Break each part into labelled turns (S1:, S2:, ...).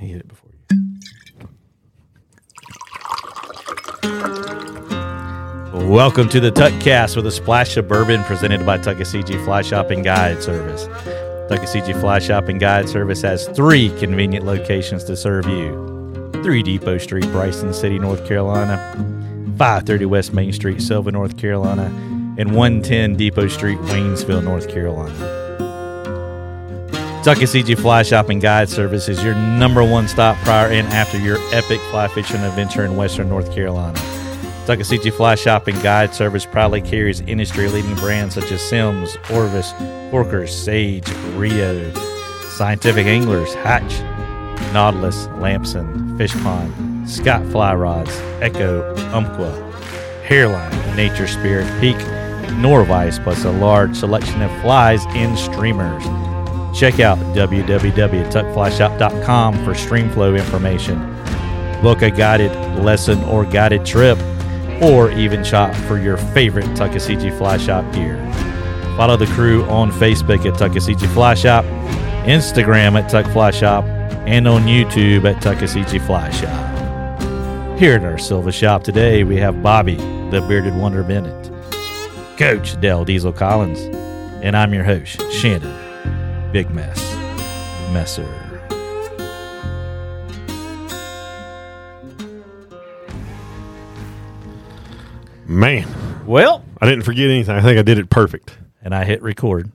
S1: I hit it before you. Welcome to the Tuckcast with a splash of bourbon presented by Tuckasegee Fly Shopping Guide Service. Tuckasegee Fly Shopping Guide Service has three convenient locations to serve you 3 Depot Street, Bryson City, North Carolina, 530 West Main Street, Selva, North Carolina, and 110 Depot Street, Waynesville, North Carolina. Tuckasegee Fly Shopping Guide Service is your number one stop prior and after your epic fly fishing adventure in Western North Carolina. Tuckasegee Fly Shopping Guide Service proudly carries industry leading brands such as Sims, Orvis, Corker, Sage, Rio, Scientific Anglers, Hatch, Nautilus, Lamson, Fish Pond, Scott Fly Rods, Echo, Umpqua, Hairline, Nature Spirit, Peak, Norvice, plus a large selection of flies and streamers. Check out www.tuckflyshop.com for streamflow information. Book a guided lesson or guided trip, or even shop for your favorite Tuckasegee Fly Shop gear. Follow the crew on Facebook at Tuckasegee Fly Shop, Instagram at Tuck Fly Shop, and on YouTube at Tuckasegee Fly Shop. Here at our Silva shop today, we have Bobby, the bearded wonder Bennett, Coach Dell Diesel Collins, and I'm your host, Shannon Big mess. Messer.
S2: Man,
S1: Well,
S2: I didn't forget anything. I think I did it perfect.
S1: and I hit record,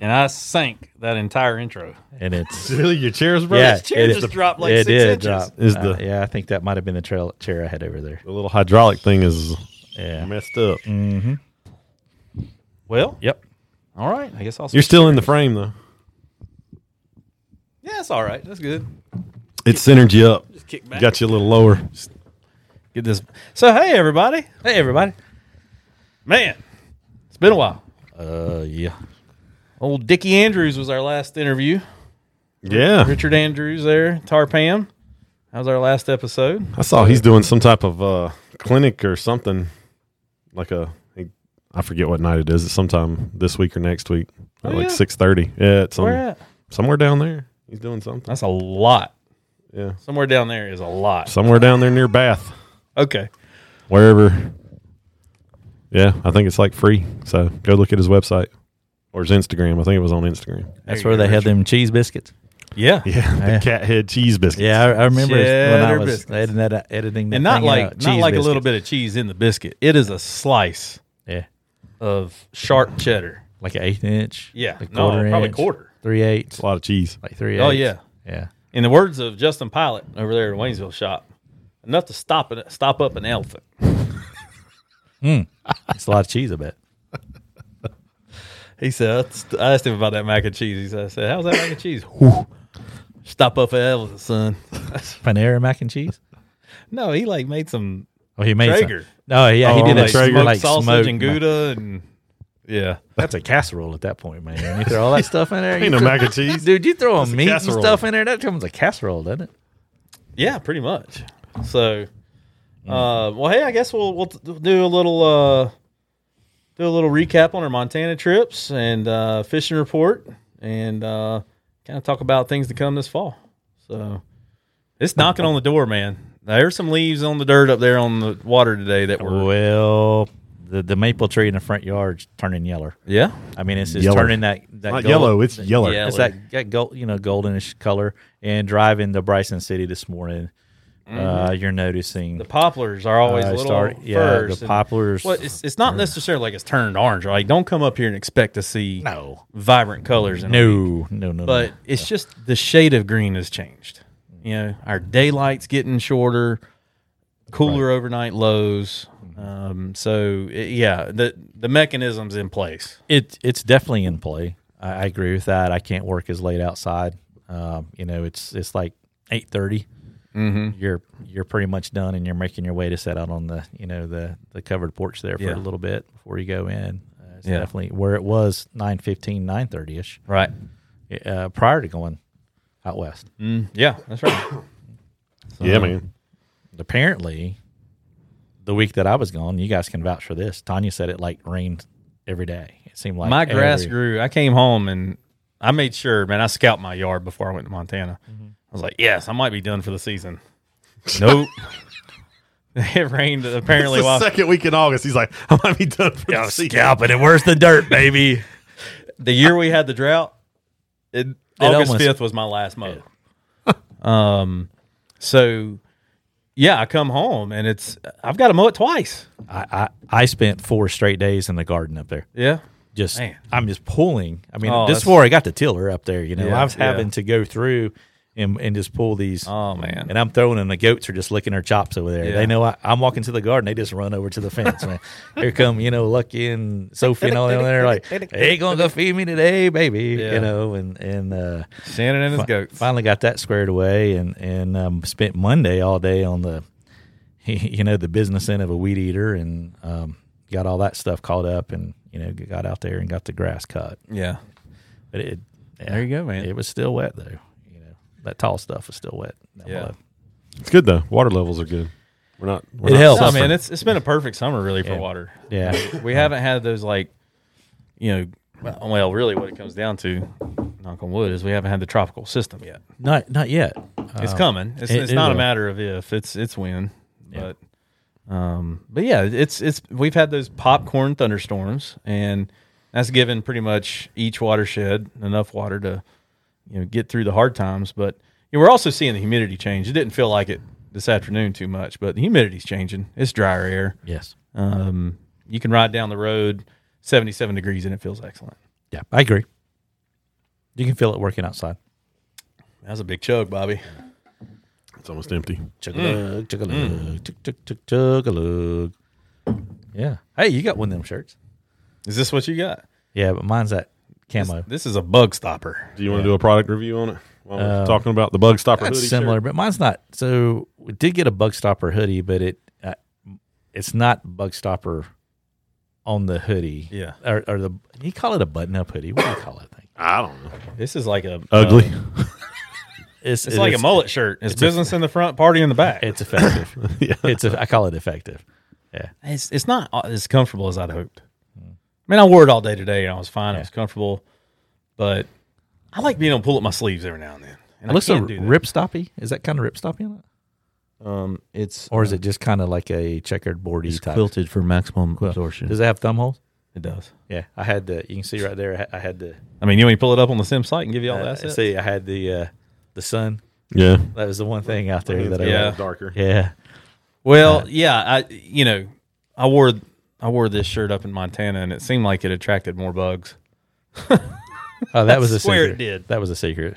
S3: And I sank that entire intro.
S1: and it's
S2: Really, your chairs, bro?
S1: yeah,
S3: chair
S1: it-
S3: just dropped like
S1: it
S3: six
S1: did
S3: inches.
S1: drop.
S2: Is
S1: Uh,
S2: the-
S1: yeah, I think that might have been the trail, chair I had over there.
S2: The little hydraulic thing is
S1: Yeah.
S2: messed up.
S3: Well,
S1: Yep.
S3: all right. I guess I'll.
S2: You're still in the frame though.
S3: Yeah, it's all right. That's good.
S2: It's synergy up.
S3: Kick back.
S2: Got you a little lower.
S1: Get this. So hey everybody. Hey everybody.
S3: Man, it's been a while.
S1: Uh yeah.
S3: Old Dickie Andrews was our last interview.
S2: Yeah,
S3: Richard Andrews there, Tarpam. That was our last episode.
S2: I saw he's doing some type of uh, clinic or something, like a. I forget what night it is. It's sometime this week or next week, at
S3: Oh,
S2: like
S3: yeah.
S2: six thirty. Yeah, it's
S3: Where
S2: some,
S3: at?
S2: somewhere down there. He's doing something.
S3: That's a lot.
S2: Yeah,
S3: Somewhere down there is a lot.
S2: somewhere down there near Bath,
S3: Okay.
S2: wherever. Yeah, I think it's like free. So go look at his website or his Instagram. I think it was on Instagram.
S1: That's
S3: you
S1: where
S3: go,
S1: they had them cheese biscuits.
S3: Yeah.
S2: Yeah, the
S1: Yeah.
S2: cat head cheese biscuit.
S1: Yeah, I, I remember when I
S3: Cheddar
S1: was
S3: biscuits.
S1: editing that uh, editing that
S3: And not
S1: thing
S3: like
S1: out,
S3: not
S1: cheese
S3: like a little
S1: biscuits.
S3: bit of cheese in the biscuit. It is a slice
S1: Yeah.
S3: of sharp cheddar.
S1: Like an eighth inch.
S3: Yeah.
S1: Like
S3: No,
S1: quarter
S3: probably
S1: inch,
S3: quarter.
S1: Three eighths.
S2: It's a lot of cheese.
S1: Like three
S3: Oh
S1: eighths.
S3: yeah.
S1: Yeah.
S3: In the words of Justin Pilot over there at Waynesville shop, enough to stop it, stop up an elephant.
S1: It's a lot of cheese, I bet.
S3: He said, I st- I asked him about that mac and cheese. He said, I said, how's that mac and cheese? Whew. Stop up an elephant, son.
S1: Panera mac and cheese.
S3: no, he like made some
S1: Oh, he made
S3: Traeger.
S1: some. No, yeah, he
S2: Oh,
S1: did
S2: like
S1: that. Traeger,
S2: smoked
S1: like
S3: sausage
S1: smoked
S3: and
S1: mac-
S3: gouda and yeah.
S1: That's a casserole at that point, man. You throw all that stuff in there, you
S2: Ain't no
S1: throw-
S2: mac and cheese.
S1: dude. You throw
S2: a
S1: meat and
S2: casserole.
S1: stuff in there, that becomes a casserole, doesn't it?
S3: Yeah, pretty much. So, uh, well, hey, I guess we'll we'll t- do a little uh, do a little recap on our Montana trips and uh, fishing report, and uh, kind of talk about things to come this fall. So, it's knocking on the door, man. There's some leaves on the dirt up there on the water today that were
S1: Well, the the maple tree in the front yard's turning yellow.
S3: yeah
S1: I mean, it's just
S2: Yellow.
S1: turning that that
S2: Not
S1: gold-
S2: yellow, it's yellow.
S3: Yeah.
S1: It's that, that gold, you know, goldenish color. And driving to Bryson City this morning,
S2: Mm-hmm.
S1: uh, you're noticing
S3: the poplars are always
S1: uh,
S3: a little
S1: start-
S3: first.
S1: yeah, the
S3: and-
S1: poplars.
S3: Well, it's, it's not necessarily like it's turned orange. Like, don't come up here and expect to see
S1: no,
S3: vibrant colors. In a week.
S1: no, no, no,
S3: but it's just the shade of green has changed. You know, our daylight's getting shorter, cooler overnight lows. Um, so i yeah, the the mechanism's in place.
S1: it it's definitely in play. I, I agree with that. I can't work as late outside. Um, you know, it's it's like eight Mm-hmm. You're you're pretty much done, and you're making your way to set out on the you know the the covered porch there for a
S3: Yeah.
S1: little bit before you go in. Uh, it's
S3: Yeah.
S1: definitely where it was 9.15, 9.30 ish
S3: Right.
S1: uh, prior to going out west.
S3: Mm, Yeah, that's right.
S2: Yeah, man.
S1: Apparently, the week that I was gone, you guys can vouch for this. Tanya said it like rained every day. It seemed like
S3: My grass
S1: every-
S3: grew. I came home and I made sure, man. I scout my yard before I went to Montana. I was like, yes, I might be done for the season. Nope. it rained apparently
S2: It's the
S3: while
S2: second week in August. He's like, I might be done for
S1: Yeah,
S2: the
S1: I'm
S2: season.
S1: scalping it. Where's the dirt, baby?
S3: the year we had the drought, it,
S1: almost-
S3: August fifth was my last mow. um, so yeah, I come home and it's I've got to mow it twice.
S1: I, I I spent four straight days in the garden up there.
S3: Yeah,
S1: Just
S3: Man.
S1: I'm just pulling. I mean,
S3: Oh,
S1: just
S3: that's-
S1: before I got the tiller up there, you know,
S3: Yeah,
S1: I was having
S3: yeah.
S1: to go through and and just pull these.
S3: Oh, man.
S1: And I'm throwing, and the goats are just licking their chops over there.
S3: Yeah.
S1: They know I, I'm walking to the garden. They just run over to the fence. man, here come you know Lucky and Sophie and all them there. Like they gonna go feed me today, baby.
S3: Yeah.
S1: You know, and and uh,
S3: Shannon and his goats.
S1: finally got that squared away and and um, spent Monday all day on the you know the business end of a weed eater and um, got all that stuff caught up and you know got out there and got the grass cut.
S3: Yeah,
S1: But it yeah,
S3: There you go, man.
S1: It was still wet though. You know that tall stuff was still wet. down
S3: Yeah.
S1: below.
S2: It's good though. Water levels are good. We're not. We're
S1: It
S2: not
S1: helps.
S3: no,
S1: Suffering.
S3: man, it's it's been a perfect summer really for
S1: Yeah.
S3: water.
S1: yeah.
S3: We haven't had those like, you know, well, well, really, what it comes down to, knock on wood, is we haven't had the tropical system yet.
S1: Not not yet.
S3: It's
S1: Um,
S3: coming. It's,
S1: it-
S3: it's
S1: it
S3: not
S1: will.
S3: a matter of if. It's it's when.
S1: Yeah.
S3: But um but yeah, it's it's we've had those popcorn thunderstorms and that's given pretty much each watershed enough water to you know get through the hard times, but you know, we're also seeing the humidity change. It didn't feel like it this afternoon too much, but the humidity's changing. It's drier air.
S1: Yes.
S3: Um you can ride down the road 77 degrees and it feels excellent.
S1: Yeah, I agree. You can feel it working outside.
S3: That was a big chug, Bobby.
S2: It's almost empty.
S1: Chug-a-lug,
S3: Mm.
S1: chug-a-lug, chug chug chug chug-a-lug. Yeah. Hey, you got one of them shirts.
S3: Is this what you got?
S1: Yeah, but mine's that
S3: This,
S1: camo.
S3: this is a bug stopper.
S2: Do you want to do a product review on it? While we're
S1: Um,
S2: talking about the bug stopper hoodie
S1: That's
S2: shirt?
S1: similar, but mine's not. So we did get a bug stopper hoodie, but it uh, it's not bug stopper on the hoodie.
S3: Yeah.
S1: or, or the you call it a button up hoodie. What do you call it? Thing?
S2: I don't know.
S3: This is like a uh,
S2: Ugly.
S3: It's like a mullet shirt. It's, business in the front, party in the back.
S1: It's effective.
S2: yeah.
S1: it's a, I call it effective. Yeah,
S3: It's it's not as comfortable as I'd hoped. I mean, I wore it all day today, and I was fine. I was comfortable, but I like being able to pull up my sleeves every now and then. And
S1: it looks
S3: I
S1: a
S3: can't do that.
S1: rip stoppy. Is that kind of rip stoppy on it,
S4: Um, it's
S1: or is it just kind of like a checkered boardy
S4: it's
S1: type?
S4: quilted for maximum absorption.
S1: Does it have thumb holes?
S3: It does.
S1: Yeah, I had the. You can see right there. I ha- I had the.
S3: I mean, you know, when you pull it up on the sim site and give you all
S1: Uh,
S3: that. assets.
S1: see, I had the uh, the sun.
S2: Yeah.
S1: That was the one thing out there that I.
S3: Yeah.
S1: Yeah.
S2: Darker.
S1: Yeah.
S3: Well, yeah, I you know, I wore I wore this shirt up in Montana, and it seemed like it attracted more bugs.
S1: Oh, that was a
S3: swear
S1: secret.
S3: it did.
S1: That was a secret.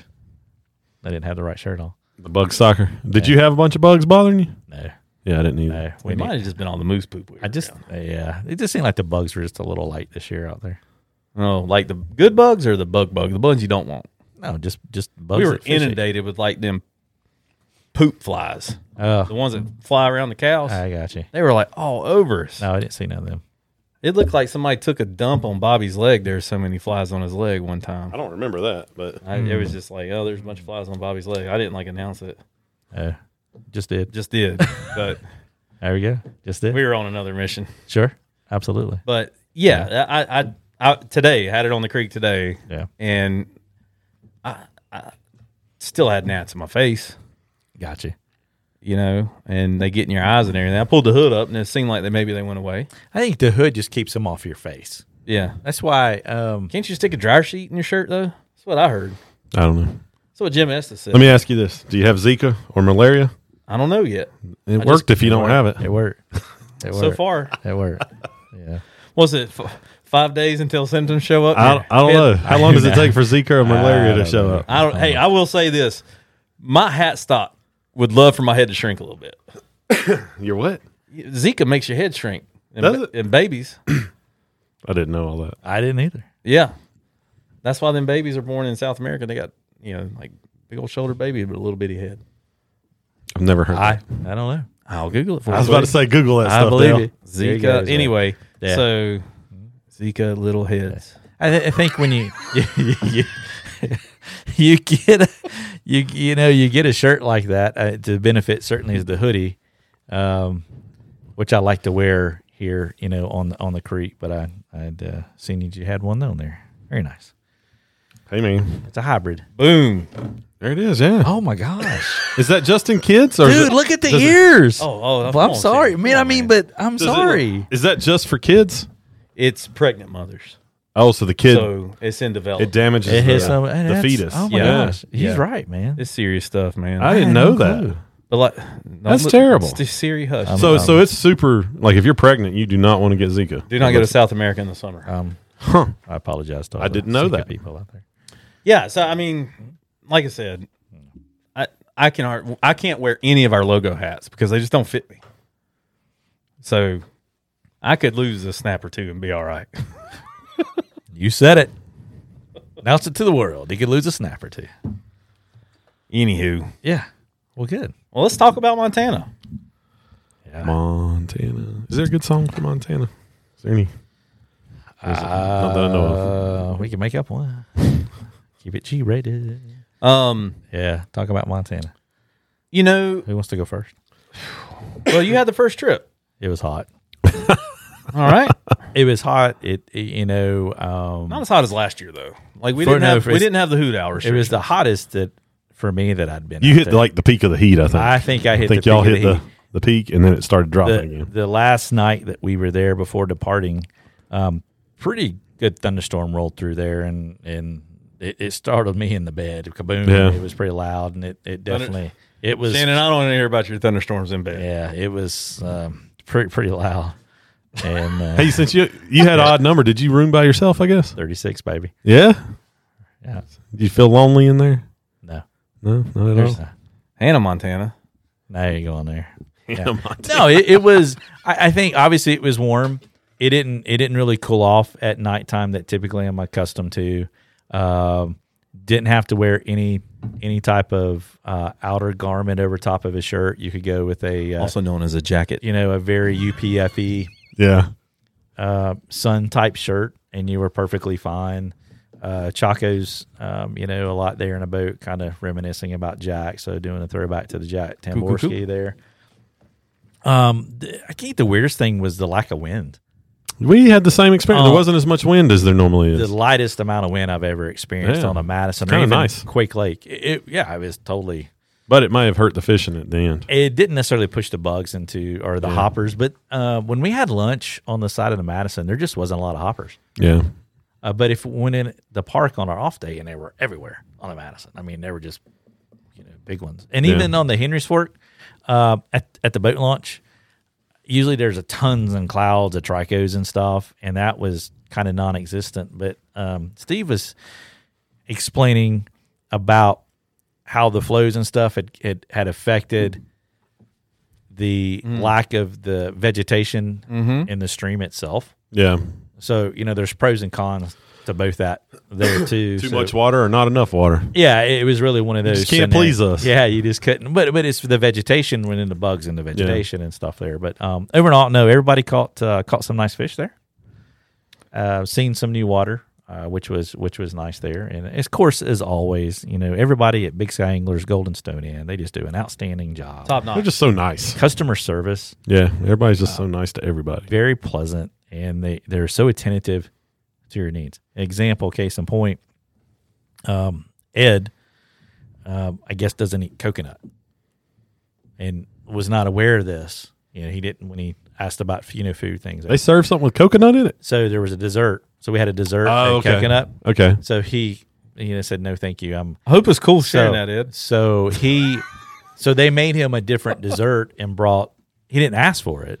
S1: I didn't have the right shirt on.
S2: The bug stalker. Did you have a bunch of bugs bothering you?
S1: No,
S2: Yeah, I didn't either.
S1: no. We
S3: It might
S1: need,
S3: have just been all the moose poop. We
S1: I
S3: were
S1: just,
S3: around.
S1: yeah. It just seemed like the bugs were just a little light this year out there.
S3: oh, like the good bugs or the bug bug, the bugs you don't want.
S1: No, just just bugs.
S3: we were
S1: that fish eat.
S3: inundated with like them poop flies, the
S1: Oh,
S3: ones that fly around the cows.
S1: I got you.
S3: They were like all over us.
S1: No, I didn't see none of them.
S3: It looked like somebody took a dump on Bobby's leg. There were so many flies on his leg one time.
S2: I don't remember that, but
S3: I, it was just like, oh, there's a bunch of flies on Bobby's leg. I didn't like announce it.
S1: Oh, just did.
S3: Just did, but
S1: There we go. Just did.
S3: we were on another mission.
S1: sure. Absolutely.
S3: But yeah, I, I, I today had it on the creek today,
S1: Yeah.
S3: and I, I still had gnats in my face.
S1: Got you.
S3: You know, and they get in your eyes and everything. I pulled the hood up, and it seemed like they maybe they went away.
S1: I think the hood just keeps them off your face.
S3: Yeah,
S1: That's why. Um,
S3: can't you stick a dryer sheet in your shirt though? That's what I heard.
S2: I don't know.
S3: That's what Jim Estes said.
S2: Let me ask you this: Do you have Zika or malaria?
S3: I don't know yet.
S2: It
S3: I
S2: worked
S3: just-
S2: if you don't have it.
S1: it worked. It worked.
S3: So far,
S1: it worked. Yeah.
S3: Was it f- five days until symptoms show up?
S2: I, I don't know. How long does it take for Zika or malaria to
S1: don't
S2: show
S1: know.
S2: up?
S3: I don't. Hey, I will say this: my hat stock would love for my head to shrink a little bit.
S2: You're what?
S3: Zika makes your head shrink. In,
S2: Does it?
S3: in babies?
S2: I didn't know all that.
S1: I didn't either.
S3: Yeah, that's why them babies are born in South America. They got you know like big old shoulder baby but a little bitty head.
S2: I've never heard.
S1: I
S2: that.
S1: I don't know.
S3: I'll Google it for
S2: I was about to say Google that stuff. Dale.
S1: There you
S3: Zika.
S1: go, Zach.
S3: anyway,
S1: Yeah.
S3: so Zika little heads.
S1: I, th- I think when you you, you you get a, you you know you get a shirt like that, uh, the benefit certainly is the hoodie, um, which I like to wear here, you know, on the on the creek. But I I'd uh, seen you had one on there. Very nice.
S2: Hey man,
S5: It's a hybrid.
S3: Boom.
S2: there it is. Yeah,
S1: Oh my gosh,
S2: is that Justin Kids or is
S1: dude!
S2: it-
S1: Look at the
S2: does it-
S1: ears.
S3: Oh, oh,
S1: Well,
S3: come
S1: I'm
S3: on,
S1: sorry,
S3: Sam.
S1: man.
S3: Come
S1: I
S3: on,
S1: mean,
S3: man.
S1: but I'm
S2: does it-
S1: sorry.
S2: Is that just for kids?
S3: it's pregnant mothers,
S2: Oh, so the kid
S3: so it's in
S2: it
S3: development.
S2: damages
S1: It
S2: the,
S1: hits some- and
S2: the
S1: that's-
S2: fetus.
S1: Oh my
S3: Yeah.
S1: gosh, he's
S3: Yeah.
S1: right, man.
S3: it's serious stuff, man.
S2: I didn't
S1: had
S2: know
S1: no
S2: that.
S1: clue.
S3: but like, no,
S2: That's
S3: look,
S2: terrible.
S3: it's just Siri hush.
S1: I'm-
S2: So so it's super. Like if you're pregnant, you do not want to get Zika.
S3: Do not go to South America in the summer.
S1: Um,
S2: Huh.
S1: I apologize to all
S2: I
S1: the
S2: didn't know
S1: Zika
S2: that.
S1: people out there.
S3: Yeah, so I mean, like I said, I I can hard- I can't wear any of our logo hats because they just don't fit me. So I could lose a snap or two and be all right.
S1: You said it. Announce it to the world. He could lose a snap or two.
S3: Anywho,
S1: Yeah. Well, good.
S3: well, let's talk about Montana.
S2: Montana. Is there a good song for Montana? Is there any? There's a- not that I know of.
S1: Uh, we can make up one. Keep it G rated.
S3: Um,
S1: Yeah. Talk about Montana.
S3: you know,
S1: Who wants to go first?
S3: well, you had the first trip,
S1: It was hot.
S3: all right?
S1: It was hot. It, it- you know, um,
S3: Not as hot as last year though. Like we
S1: For-
S3: didn't
S1: no,
S3: have
S1: for-
S3: we didn't have the hoot hour.
S1: it was
S3: restriction.
S1: the hottest that for me that I'd been.
S2: You
S1: out
S2: hit
S1: there.
S2: like the peak of the heat. I think.
S1: I think I hit.
S2: I think
S1: the
S2: y'all
S1: peak
S2: hit
S1: of
S2: the,
S1: heat.
S2: the peak and then it started dropping
S1: the,
S2: again.
S1: the last night that we were there before departing, um, pretty good thunderstorm rolled through there, and and it, it startled me in the bed. Kaboom!
S2: Yeah.
S1: It was pretty loud, and it, it
S3: Thunder-
S1: definitely it was.
S3: Shannon, I don't want to hear about your thunderstorms in bed.
S1: Yeah, it was um, pretty pretty loud, and uh,
S2: Hey, since you you had an odd number, did you room by yourself? I guess.
S1: thirty six, baby.
S2: Yeah.
S1: Yeah,
S2: Did you feel lonely in there?
S1: no,
S2: No, not at
S1: there's
S2: all.
S1: no,
S3: Hannah, Montana.
S1: no, you go on there.
S2: Yeah, Montana.
S1: no, it, it was. I, I think obviously it was warm. It didn't. It didn't really cool off at nighttime that typically I'm accustomed to. Um, didn't have to wear any any type of uh, outer garment over top of his shirt. You could go with a uh,
S6: also known as a jacket.
S1: you know a very UPFE
S2: Yeah.
S1: uh, sun type shirt, and you were perfectly fine. Uh, Chaco's, um, you know, a lot there in a boat, kind of reminiscing about Jack. So doing a throwback to the Jack
S3: cool, cool.
S1: Tamborski there. Um, th- I think the weirdest thing was the lack of wind.
S2: We had the same experience.
S1: Oh.
S2: there wasn't as much wind as there normally
S1: The
S2: is.
S1: lightest amount of wind I've ever experienced
S2: Yeah.
S1: on a Madison or
S2: Kinda
S1: even
S2: nice.
S1: Quake Lake. It, it- yeah, it was totally.
S2: But it may have hurt the fishing at the end.
S1: It didn't necessarily push the bugs into or the hoppers, but uh, when we had lunch on the side of the Madison, there just wasn't a lot of hoppers.
S2: Yeah.
S1: Uh, but if we went in the park on our off day and they were everywhere on the Madison, I mean, they were just, you know, big ones. And
S2: Yeah.
S1: even on the Henry's Fork uh, at, at the boat launch, usually there's a tons and clouds of trichos and stuff. And that was kind of non existent. But um, Steve was explaining about how the flows and stuff had, had, had affected the lack of the vegetation in the stream itself.
S2: Yeah.
S1: So you know, there's pros and cons to both that there too.
S2: Too
S1: So-
S2: much water or not enough water.
S1: Yeah, it was really one of those.
S2: just can't
S1: scenarios.
S2: please us.
S1: Yeah, you just couldn't. But but it's for the vegetation within the bugs and the vegetation and stuff there. But um, over and all, no, everybody caught uh, caught some nice fish there. Uh, seen some new water, uh, which was which was nice there. And of course, as always, you know, everybody at Big Sky Anglers Golden Stone Inn, they just do an outstanding job.
S3: Top
S2: They're
S3: notch.
S2: just so nice.
S1: Customer service,
S2: Yeah. Everybody's just so nice to everybody.
S1: very pleasant and they, they're so attentive to your needs. Example, case in point, um, Ed, um, I guess, doesn't eat coconut and was not aware of this. You know, he didn't when he asked about, you know, food things.
S2: They serve something with coconut in it.
S1: So there was a dessert. So we had a dessert,
S2: Oh,
S1: a
S2: okay.
S1: coconut.
S2: Okay.
S1: So he, you know, said, no, thank you. I'm
S3: I hope it's cool sharing
S1: so,
S3: that, Ed.
S1: So he, so they made him a different dessert and brought. He didn't ask for it,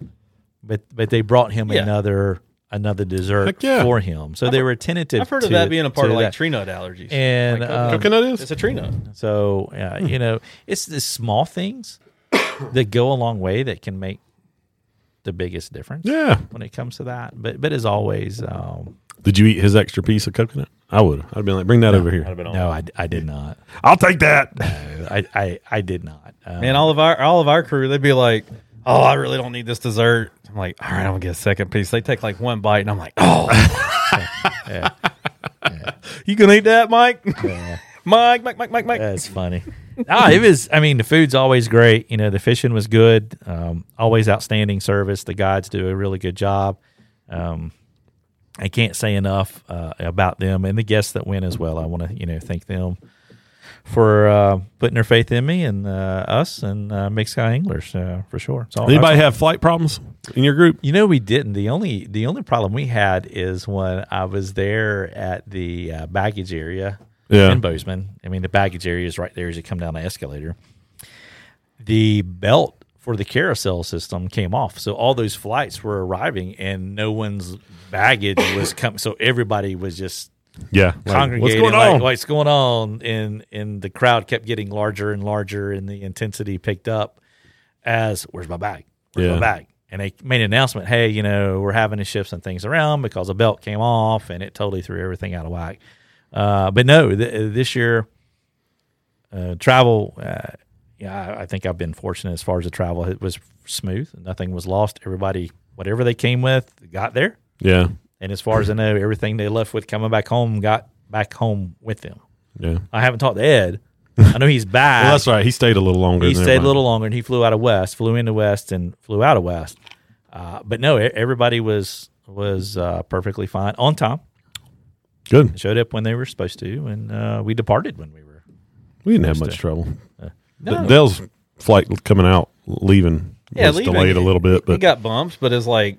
S1: but but they brought him
S3: Yeah.
S1: another another dessert
S2: Heck yeah.
S1: for him. So they were tentative.
S3: I've heard of
S1: to-
S3: that being a part
S1: to
S3: of like
S1: that.
S3: tree nut allergies.
S1: And,
S3: Like, Hmm.
S1: um,
S2: Coconut
S3: It's
S2: is?
S3: a tree nut.
S1: So uh, you know, it's the small things that go a long way that can make the biggest difference
S2: Yeah.
S1: when it comes to that. But but as always, um,
S2: Did you eat his extra piece of coconut? I would. I'd have been like, bring that over here.
S1: no, I, I did not.
S2: I'll take that.
S1: I I, I did not. Um,
S3: Man, all of our all of our crew, they'd be like, "Oh, I really don't need this dessert." I'm like, "All right, I'm gonna get a second piece." They take like one bite, and I'm like, "Oh, you gonna eat that, Mike? Mike, Mike, Mike, Mike, Mike."
S1: That's funny. ah, it was. I mean, the food's always great. You know, the fishing was good. Um, always outstanding service. The guides do a really good job. Um, I can't say enough uh, about them and the guests that went as well. I want to you know thank them for uh, putting their faith in me and uh, us and uh, Mixed Sky Anglers uh, for sure. So
S2: Anybody have flight problems in your group?
S1: you know, we didn't. The only the only problem we had is when I was there at the uh, baggage area
S2: Yeah.
S1: in Bozeman. I mean, the baggage area is right there as you come down the escalator. The belt for the carousel system came off, so all those flights were arriving, and no one's baggage was coming. So everybody was just
S2: Yeah. Like,
S1: congregating.
S2: What's going
S1: like,
S2: on?
S1: what's going on? And and the crowd kept getting larger and larger, and the intensity picked up. As where's my bag? Where's
S2: Yeah.
S1: my bag? And they made an announcement. Hey, you know, we're having to shift some things around because a belt came off, and it totally threw everything out of whack. Uh, but no, th- this year uh, travel. Uh, yeah, I, I think I've been fortunate as far as the travel. It was smooth. Nothing was lost. Everybody, whatever they came with, got there.
S2: yeah.
S1: And as far as I know, everything they left with coming back home got back home with them.
S2: Yeah.
S1: I haven't talked to Ed. I know he's back.
S2: Well, that's right. He stayed a little longer.
S1: He
S2: than
S1: stayed a
S2: everybody.
S1: little longer, and he flew out of West, flew into West, and flew out of West. Uh, but no, e- everybody was was uh, perfectly fine on time.
S2: Good.
S1: Showed up when they were supposed to, and uh, we departed when we were.
S2: We didn't have much trouble. D- Dale's flight coming out, leaving,
S3: Yeah,
S2: was
S3: leaving.
S2: delayed a little bit,
S3: It
S2: but
S3: got bumped, but it's like,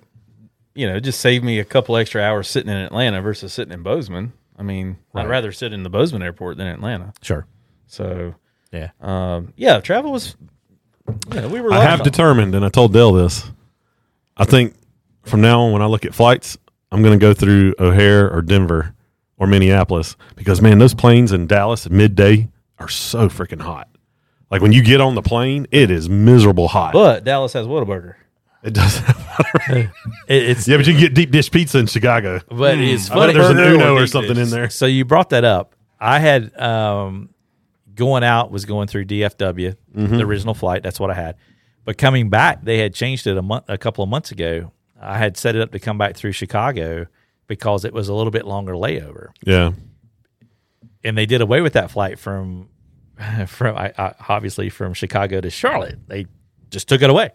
S3: you know, it just saved me a couple extra hours sitting in Atlanta versus sitting in Bozeman. I mean, I'd rather sit in the Bozeman airport than Atlanta.
S1: Sure.
S3: So,
S1: Yeah.
S2: Uh,
S3: um, yeah, travel was. Yeah, we were.
S2: I
S3: lucky.
S2: have determined, and I told Dale this. I think from now on, when I look at flights, I'm going to go through O'Hare or Denver or Minneapolis because man, those planes in Dallas at midday are so freaking hot. Like when you get on the plane, it is miserable hot.
S3: but Dallas has Whataburger.
S2: it doesn't.
S1: It, it's
S2: yeah, but you can get deep dish pizza in Chicago.
S1: but it's
S2: Hmm. I bet
S1: funny.
S2: there's an
S1: Burger
S2: Uno
S1: or
S2: or
S1: deep
S2: something in
S1: dish.
S2: there.
S1: So you brought that up. I had um, going out was going through DFW,
S2: Mm-hmm.
S1: the original flight. That's what I had. But coming back, they had changed it a month, a couple of months ago. I had set it up to come back through Chicago because it was a little bit longer layover,
S2: Yeah,
S1: and they did away with that flight from from I, I, obviously from Chicago to Charlotte. They just took it away.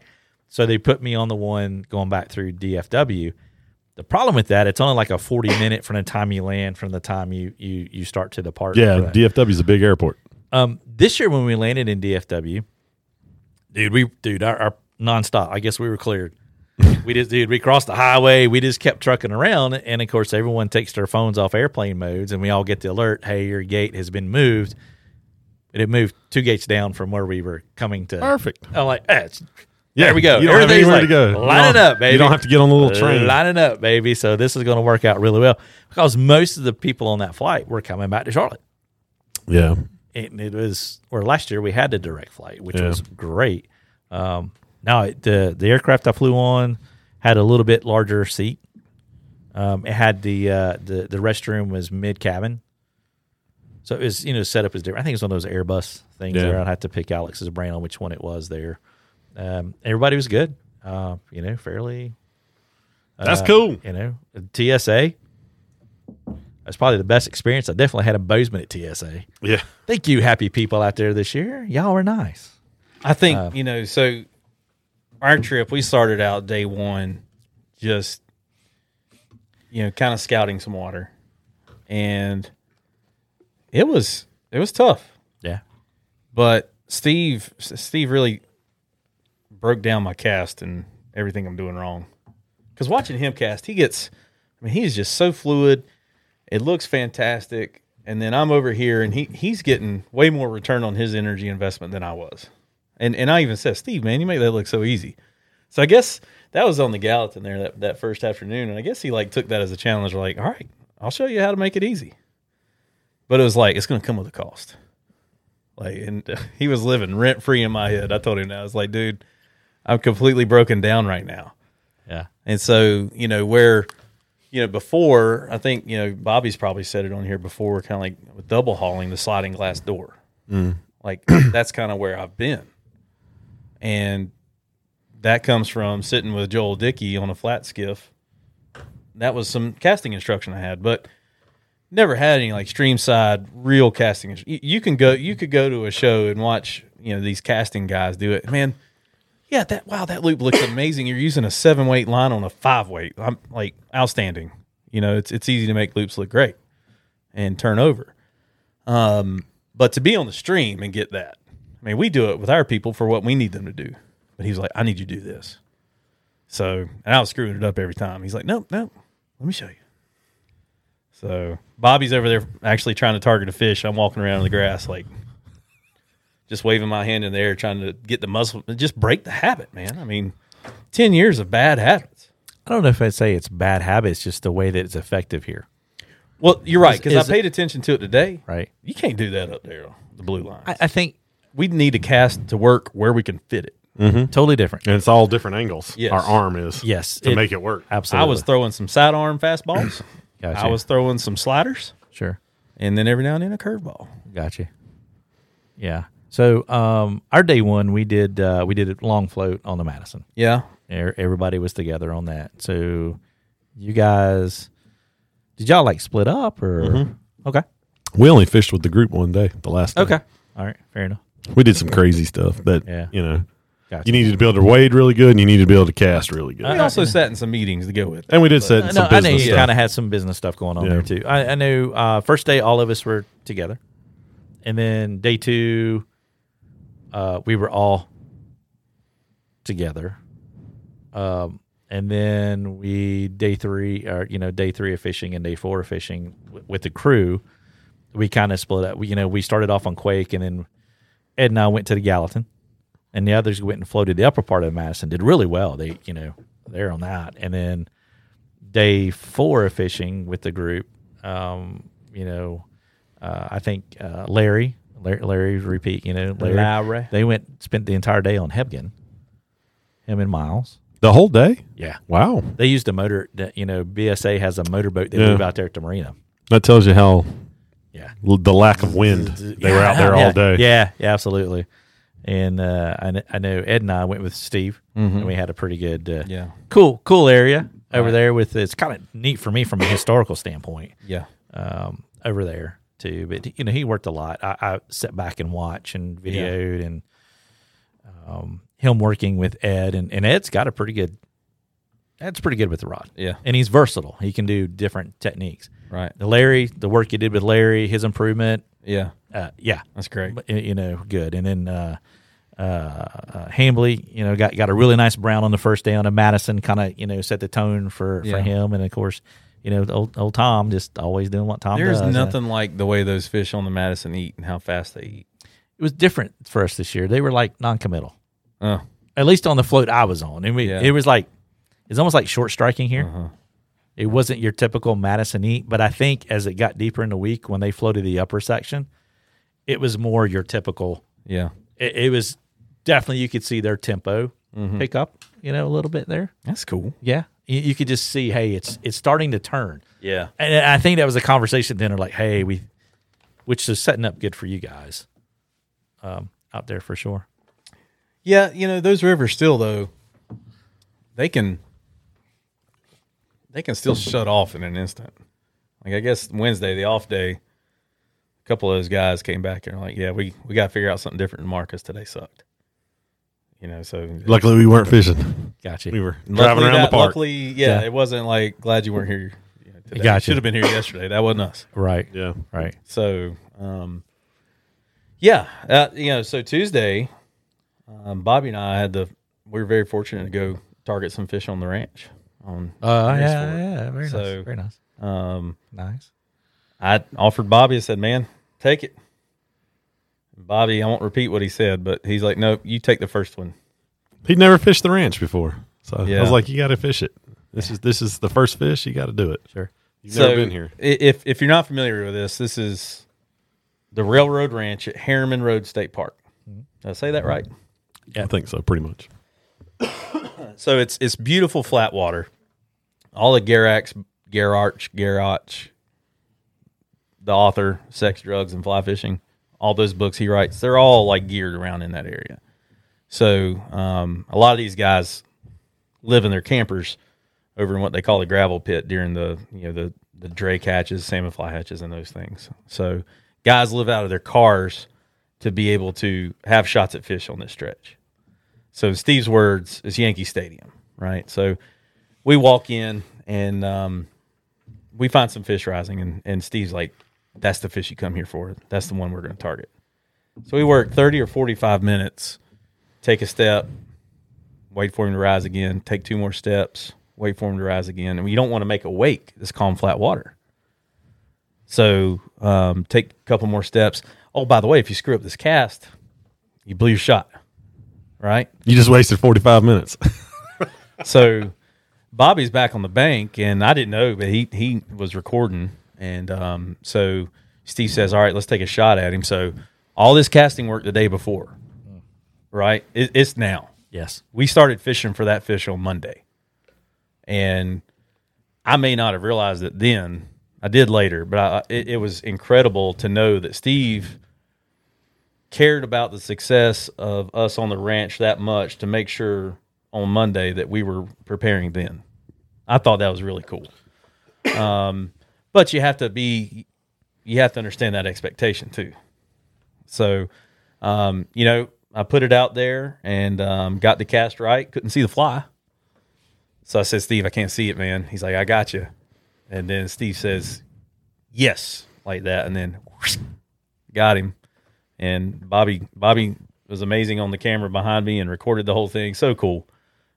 S1: So they put me on the one going back through DFW. The problem with that, it's only like a forty minute from the time you land, from the time you you you start to depart.
S2: yeah.
S1: for that.
S2: DFW's a big airport.
S1: Um, this year when we landed in DFW, dude, we dude our, our nonstop. I guess we were cleared. we just dude, we crossed the highway. We just kept trucking around, and of course, everyone takes their phones off airplane modes, and we all get the alert: "Hey, your gate has been moved." And it moved two gates down from where we were coming to.
S2: Perfect.
S1: I'm like, eh, it's-
S2: Yeah,
S1: there we go.
S2: You don't have
S1: Everything's
S2: anywhere to
S1: like,
S2: go. You
S1: line
S2: don't-
S1: it up, baby.
S2: You don't have to get on the little train.
S1: Uh, Lining up, baby. So this is going to work out really well because most of the people on that flight were coming back to Charlotte
S2: Yeah,
S1: and it was or last year we had a direct flight, which
S2: Yeah.
S1: was great. Um, now it- the the aircraft I flew on had a little bit larger seat. Um, it had the uh, the the restroom was mid cabin, so it was you know setup is different. I think it's one of those Airbus things
S2: Yeah.
S1: where I'd have to pick Alex's brain on which one it was. There, um, everybody was good. Uh, you know, fairly uh,
S2: that's cool.
S1: you know, TSA. That's probably the best experience I definitely had in Bozeman at TSA.
S2: Yeah,
S1: Thank you, happy people out there this year. Y'all are nice.
S3: I think
S2: Uh,
S3: you know. So our trip, we started out day one, just you know, kind of scouting some water, and it was it was tough.
S1: Yeah.
S3: But Steve, S- Steve really broke down my cast and everything I'm doing wrong. Because watching him cast, he gets. I mean, he's just so fluid. It looks fantastic. And then I'm over here, and he he's getting way more return on his energy investment than I was. And and I even said, Steve, man, you make that look so easy. So I guess that was on the Gallatin there that, that first afternoon, and I guess he like took that as a challenge. Like, all right, I'll show you how to make it easy. But it was like it's going to come with a cost. Like, and he was living rent free in my head. I told him that I was like, dude, I'm completely broken down right now.
S1: Yeah.
S3: And so, you know, where, you know, before, I think, you know, Bobby's probably said it on here before, kind of like with double hauling the sliding glass door. Like, that's kind of where I've been. And that comes from sitting with Joel Dickey on a flat skiff. That was some casting instruction I had, but never had any like stream side real casting. instru- You, you can go, you could go to a show and watch, you know, these casting guys do it. Man, yeah, that wow, that loop looks amazing. You're using a seven weight line on a five weight. I'm like outstanding. You know, it's it's easy to make loops look great and turn over. Um, but to be on the stream and get that, I mean, we do it with our people for what we need them to do. But he's like, I need you to do this. So, and I was screwing it up every time. He's like, Nope, nope, let me show you. So Bobby's over there actually trying to target a fish. I'm walking around in the grass, like just waving my hand in the air, trying to get the muscle, just break the habit, man. I mean, 10 years of bad habits.
S1: I don't know if I'd say it's bad habits, just the way that it's effective here,
S3: Well, you're right, because I
S1: is it-
S3: paid attention to it today.
S1: right?
S3: You can't do that up there, on the blue line.
S1: I, I think
S3: we need to cast to work where we can fit it.
S1: totally different.
S2: and it's all different angles.
S3: Yes.
S2: Our arm is
S1: Yes,
S2: to make it work.
S1: absolutely.
S3: I was throwing some sidearm fastballs,
S1: Gotcha.
S3: I was throwing some sliders,
S1: sure.
S3: and then every now and then a curveball.
S1: Gotcha. Yeah. So um, our day one, we did uh, we did a long float on the Madison.
S3: Yeah.
S1: Er- Everybody was together on that. So you guys, did y'all like split up or okay?
S2: We only fished with the group one day. The last day.
S1: All right. Fair enough.
S2: we did some crazy stuff that
S1: Yeah.
S2: you know
S1: Gotcha.
S2: you needed to be able to wade really good and you needed to be able to cast really good.
S3: We also sat in some meetings to go with. it.
S2: and we did set
S1: Uh,
S2: some
S1: no, I know
S2: business
S1: you
S2: stuff.
S1: kind of had some business stuff going on
S2: Yeah.
S1: there too. I, I know. Uh, first day, all of us were together, and then day two, uh, we were all together. Um, and then we day three, or you know, day three of fishing and day four of fishing w- with the crew, we kind of split up. We, you know, we started off on Quake, and then Ed and I went to the Gallatin, and the others went and floated the upper part of the Madison. Did really well. They, you know, they're on that, and then day four of fishing with the group, um, you know, uh, I think uh, Larry, Larry, Larry, repeat, you know, Larry,
S3: Larry.
S1: They went spent the entire day on Hebgen, him and Miles.
S2: the whole day.
S1: Yeah,
S2: Wow,
S1: they used a motor. that, You know, BSA has a motorboat they
S2: Yeah.
S1: move out there at the marina.
S2: that tells you how
S1: Yeah,
S2: l- the lack of wind. They were out there
S1: Yeah,
S2: all day.
S1: Yeah, yeah, absolutely. And uh, I, kn- I know Ed and I went with Steve,
S2: Mm-hmm.
S1: and we had a pretty good, uh,
S3: Yeah.
S1: cool, cool area over there. With it's kind of neat for me from a historical standpoint.
S3: Yeah.
S1: um, over there too. But you know, he worked a lot. I, I sat back and watched and videoed, and um, him working with Ed, and, and Ed's got a pretty good. Ed's pretty good with the rod,
S3: Yeah.
S1: and he's versatile. He can do different techniques.
S3: Right.
S1: Larry, the work you did with Larry, his improvement,
S3: Yeah.
S1: uh, yeah,
S3: That's great.
S1: but, uh, you know, good. And then uh, uh, uh, Hambly, you know, got got a really nice brown on the first day on a Madison, kind of you know set the tone for for
S3: Yeah.
S1: him. And of course, you know, old, old Tom just always doing what Tom
S3: There's
S1: does. And
S3: nothing like the way those fish on the Madison eat and how fast they eat.
S1: It was different for us this year. They were like non-committal,
S3: Oh,
S1: at least on the float I was on, and we
S3: Yeah. Uh-huh.
S1: it was like it's almost like short striking here. It wasn't your typical Madison eat, but I think as it got deeper in the week when they floated the upper section, it was more your typical
S3: yeah.
S1: it, it was definitely you could see their tempo pick up, you know, a little bit there.
S3: That's cool.
S1: Yeah, you, you could just see, hey, it's it's starting to turn,
S3: Yeah.
S1: and I think that was a conversation dinner, like, hey, we, which is setting up good for you guys, um, out there for sure.
S3: Yeah, you know, those rivers still though, they can they can still shut off in an instant. Like I guess Wednesday, the off day, a couple of those guys came back and were like, Yeah, we, we gotta figure out something different than Marcus today sucked. You know, so
S2: Luckily, we weren't fishing.
S1: Gotcha.
S2: We were driving
S3: Luckily
S2: around
S3: that-
S2: the park.
S3: Luckily, yeah,
S1: Yeah.
S3: it wasn't like glad you weren't here. you know, today.
S1: Gotcha.
S3: Should have been here yesterday. That wasn't us.
S1: right,
S2: yeah,
S1: right.
S3: So, um, yeah, uh, you know, so Tuesday, um, Bobby and I had the we were very fortunate to go target some fish on the ranch. Um, On
S1: Uh,
S3: Here's
S1: yeah,
S3: for it.
S1: yeah, very
S3: So-
S1: nice, very nice,
S3: um,
S1: nice.
S3: I offered Bobby. I said, "Man, take it." Bobby, I won't repeat what he said, but he's like, "Nope, you take the first one."
S2: he'd never fished the ranch before, so I
S3: Yeah.
S2: was like, "You got to fish it. This is this is the first fish. You got to do it."
S1: Sure.
S2: You've never been here.
S3: i- If if you're not familiar with this, this is the railroad ranch at Harriman Road State Park.
S2: Mm-hmm.
S3: Did I say that right?
S2: I think so, pretty much.
S3: So it's it's beautiful flat water. All the Garax, Gararch, Garach, the author, Sex, Drugs, and Fly Fishing, all those books he writes, they're all like geared around in that area. So um, a lot of these guys live in their campers over in what they call the gravel pit during the you know the the drake hatches, salmon fly hatches, and those things. So guys live out of their cars to be able to have shots at fish on this stretch. So in Steve's words, it's Yankee Stadium, right? So we walk in and um, we find some fish rising, and, and Steve's like, that's the fish you come here for. That's the one we're going to target. So we work 30 or 45 minutes, take a step, wait for him to rise again, take two more steps, wait for him to rise again. And you don't want to make a wake, this calm, flat water. So um, take a couple more steps. Oh, by the way, if you screw up this cast, you blew your shot, right?
S2: You just wasted 45 minutes.
S3: so Bobby's back on the bank, and I didn't know, but he he was recording, and um, so Steve says, "All right, let's take a shot at him." So all this casting work the day before, right? It, it's now.
S1: Yes.
S3: We started fishing for that fish on Monday, and I may not have realized it then. I did later, but I, it, it was incredible to know that Steve cared about the success of us on the ranch that much to make sure on Monday that we were preparing then. I thought that was really cool. Um, but you have to be, you have to understand that expectation too. So, um, you know, I put it out there and um, got the cast right. Couldn't see the fly. So I said, Steve, I can't see it, man. He's like, I got you. And then Steve says, yes, like that. And then whoosh, got him. And Bobby, Bobby was amazing on the camera behind me and recorded the whole thing. So cool.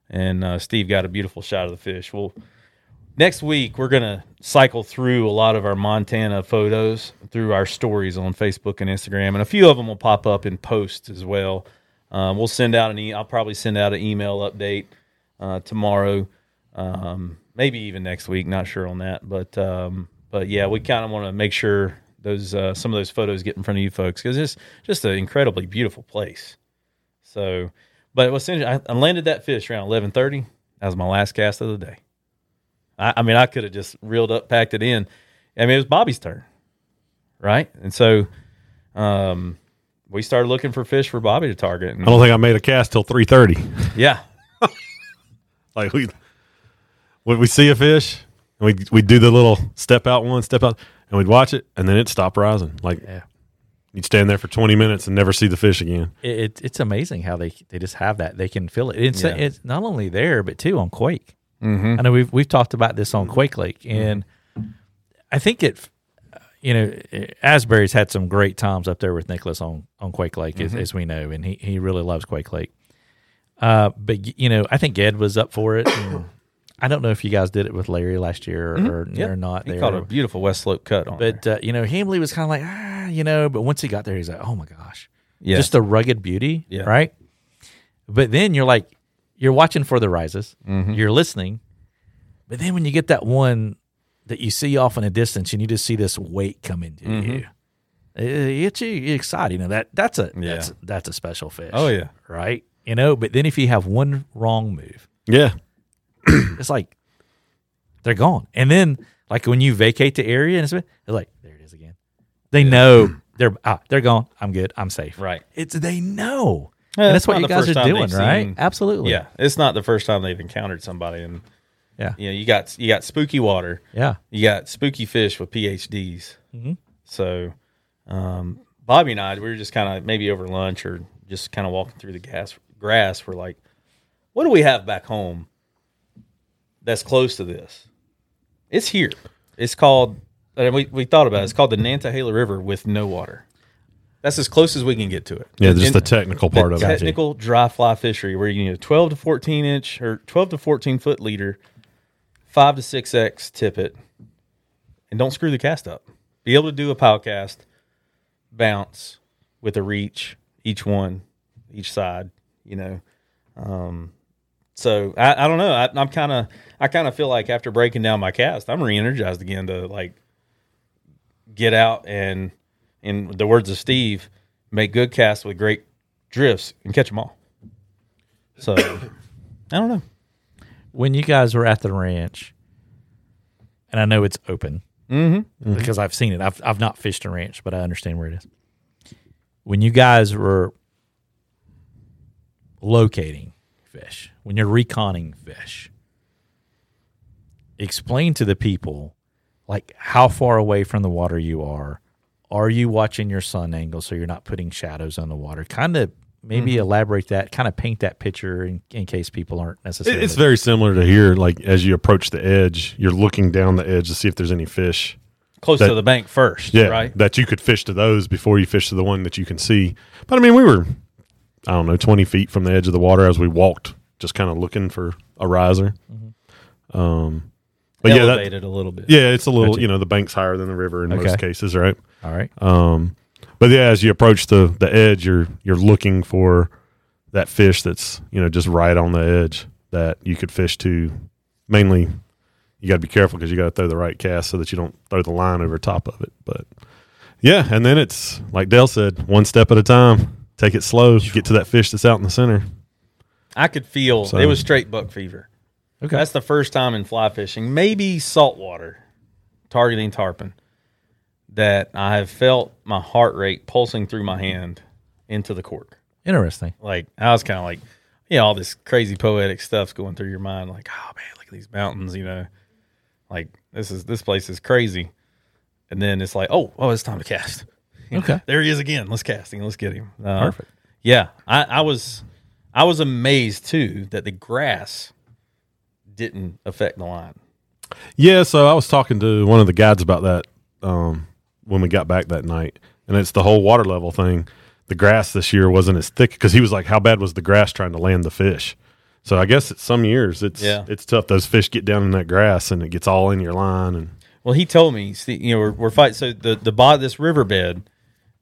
S3: And uh, Steve got a beautiful shot of the fish. Well, next week we're gonna cycle through a lot of our Montana photos through our stories on Facebook and Instagram, and a few of them will pop up in posts as well. Um, we'll send out an. E- I'll probably send out an email update uh, tomorrow, um, maybe even next week. Not sure on that, but um, but yeah, we kind of want to make sure those uh, some of those photos get in front of you folks because it's just an incredibly beautiful place. So, but what's interesting, I, I landed that fish around eleven thirty. That was my last cast of the day. I, I mean, I could have just reeled up, packed it in. I mean, it was Bobby's turn, right? And so, um, we started looking for fish for Bobby to target.
S2: I
S3: And,
S1: Oh.
S2: don't think I made a cast till 3.30.
S3: yeah,
S2: Like we, when we see a fish, and we we do the little step out one, step out, and we'd watch it, and then it stopped rising. Like you'd stand there for twenty minutes and never see the fish again.
S1: It, it, it's amazing how they they just have that. They can feel it. It's,
S3: Yeah. Mm-hmm.
S1: it's not only there, but too on Quake. I know we've we've talked about this on Quake Lake, and I think it, you know, Asbury's had some great times up there with Nicholas on on Quake Lake, as,
S3: Mm-hmm.
S1: as we know, and he he really loves Quake Lake. Uh, but you know, I think Ed was up for it. and I don't know if you guys did it with Larry last year or, or,
S3: Mm-hmm. Yep.
S1: not.
S3: he
S1: there.
S3: caught a beautiful West Slope cut on.
S1: But uh, you know, Hamley was kind of like ah, you know. But once he got there, he's like, oh my gosh,
S3: Yeah.
S1: just the rugged beauty,
S3: Yeah.
S1: right? But then you're like, you're watching for the rises,
S3: Mm-hmm.
S1: you're listening, but then when you get that one that you see off in the distance, and you just see this weight coming to
S3: Mm-hmm.
S1: you, it- it's exciting. You know, that that's a
S3: Yeah.
S1: that's that's a special fish.
S3: Oh, yeah.
S1: right. You know, but then if you have one wrong move,
S2: Yeah,
S1: it's like they're gone. And then like when you vacate the area and it's they're like, there it is again. They know they're ah, they're gone. I'm good. I'm safe.
S3: Right.
S1: It's they know.
S3: Yeah,
S1: and
S3: that's
S1: that's what
S3: not
S1: you
S3: the
S1: guys
S3: first
S1: are
S3: time
S1: doing,
S3: they've
S1: right?
S3: seen-
S1: Absolutely.
S3: yeah, it's not the first time they've encountered somebody, and
S1: Yeah.
S3: you know, you got you got spooky water.
S1: Yeah.
S3: you got spooky fish with PhDs. So, um, Bobby and I, we were just kind of maybe over lunch or just kind of walking through the gas grass. We're like, what do we have back home that's close to this? It's here. It's called, and we, we thought about it, it's called the Nantahala River with no water. That's as close as we can get to it.
S2: yeah. Just
S3: In-
S2: the technical
S3: the
S2: part of it.
S3: technical dry fly fishery where you need a 12 to 14 inch or 12 to 14 foot leader, five to six X tippet, and don't screw the cast up. Be able to do a pile cast, bounce with a reach, each one, each side, you know. Um, so I, I don't know. I, I'm kind of, I kind of feel like after breaking down my cast, I'm re-energized again to like get out and, in the words of Steve, make good casts with great drifts and catch them all. So I don't know.
S1: When you guys were at the ranch, and I know it's open
S2: Mm-hmm.
S1: because I've seen it. I've I've not fished a ranch, but I understand where it is. When you guys were locating fish, when you're reconning fish, explain to the people like how far away from the water you are. Are you watching your sun angle so you're not putting shadows on the water? Kind of maybe elaborate that, kind of paint that picture in, in case people aren't
S2: It-
S1: necessarily.
S2: it's very similar to here. Like as you approach the edge, you're looking down the edge to see if there's any fish.
S3: Close
S2: That-
S3: to the bank first,
S2: Yeah,
S3: right?
S2: that you could fish to those before you fish to the one that you can see. But I mean, we were, I don't know, twenty feet from the edge of the water as we walked, just kind of looking for a riser. Um, but yeah, that,
S3: Mm-hmm. Elevated a little bit.
S2: yeah, it's a little. You know, the bank's higher than the river in
S1: Okay.
S2: most cases, right?
S1: All right.
S2: Um, but yeah, as you approach the the edge, you're you're looking for that fish that's you know just right on the edge that you could fish to. Mainly, you got to be careful because you got to throw the right cast so that you don't throw the line over top of it. But yeah, and then it's like Dale said, one step at a time. Take it slow. Get to that fish that's out in the center.
S3: I could feel
S2: So-
S3: it was straight buck fever.
S1: Okay.
S3: That's the first time in fly fishing, maybe saltwater, targeting tarpon, that I have felt my heart rate pulsing through my hand into the cork.
S1: Interesting.
S3: Like I was kind of like, you know, all this crazy poetic stuff's going through your mind. Like, oh man, look at these mountains. You know, like this is this place is crazy. And then it's like, oh, oh, it's time to cast. You know,
S1: Okay.
S3: there he is again. Let's cast him. Let's get him. Uh, Perfect. Yeah, I, I was, I was amazed too that the grass didn't affect the line.
S2: Yeah, so I was talking to one of the guides about that um, when we got back that night, and it's the whole water level thing. The grass this year wasn't as thick because he was like, "How bad was the grass trying to land the fish?" So I guess it's some years it's
S3: Yeah.
S2: it's tough. Those fish get down in that grass and it gets all in your line, and
S3: Well, he told me, see, you know, we're, we're fighting. So the the bot this riverbed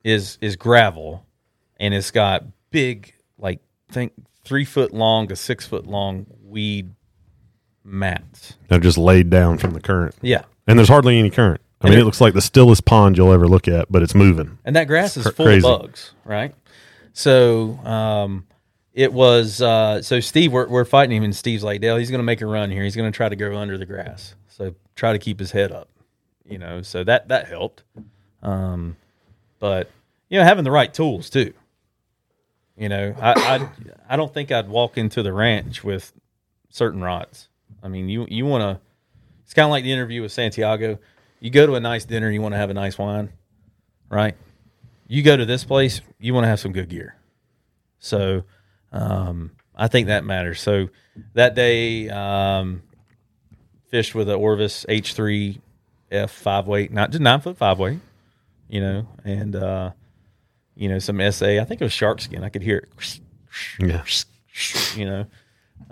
S3: is is gravel, and it's got big, like think three foot long to six foot long weed mats.
S2: they're just laid down from the current,
S3: Yeah,
S2: and there's hardly any current. I mean, it looks like the stillest pond you'll ever look at, but it's moving.
S3: and that grass is
S2: cr-
S3: full
S2: crazy.
S3: of bugs, right? So um, it was. Uh, so Steve, we're, we're fighting him, and Steve's like, Dale, he's going to make a run here. He's going to try to go under the grass. So try to keep his head up, you know. So that that helped. Um, but you know, having the right tools too. You know, I I, I don't think I'd walk into the ranch with certain rods. I mean, you you want to. It's kind of like the interview with Santiago. You go to a nice dinner, you want to have a nice wine, right? you go to this place, you want to have some good gear. So um, I think that matters. So that day, um, fished with an Orvis H3F five weight, not just nine foot five weight, you know, and, uh, you know, some SA. I think it was shark skin. I could hear it,
S2: Yeah,
S3: you know.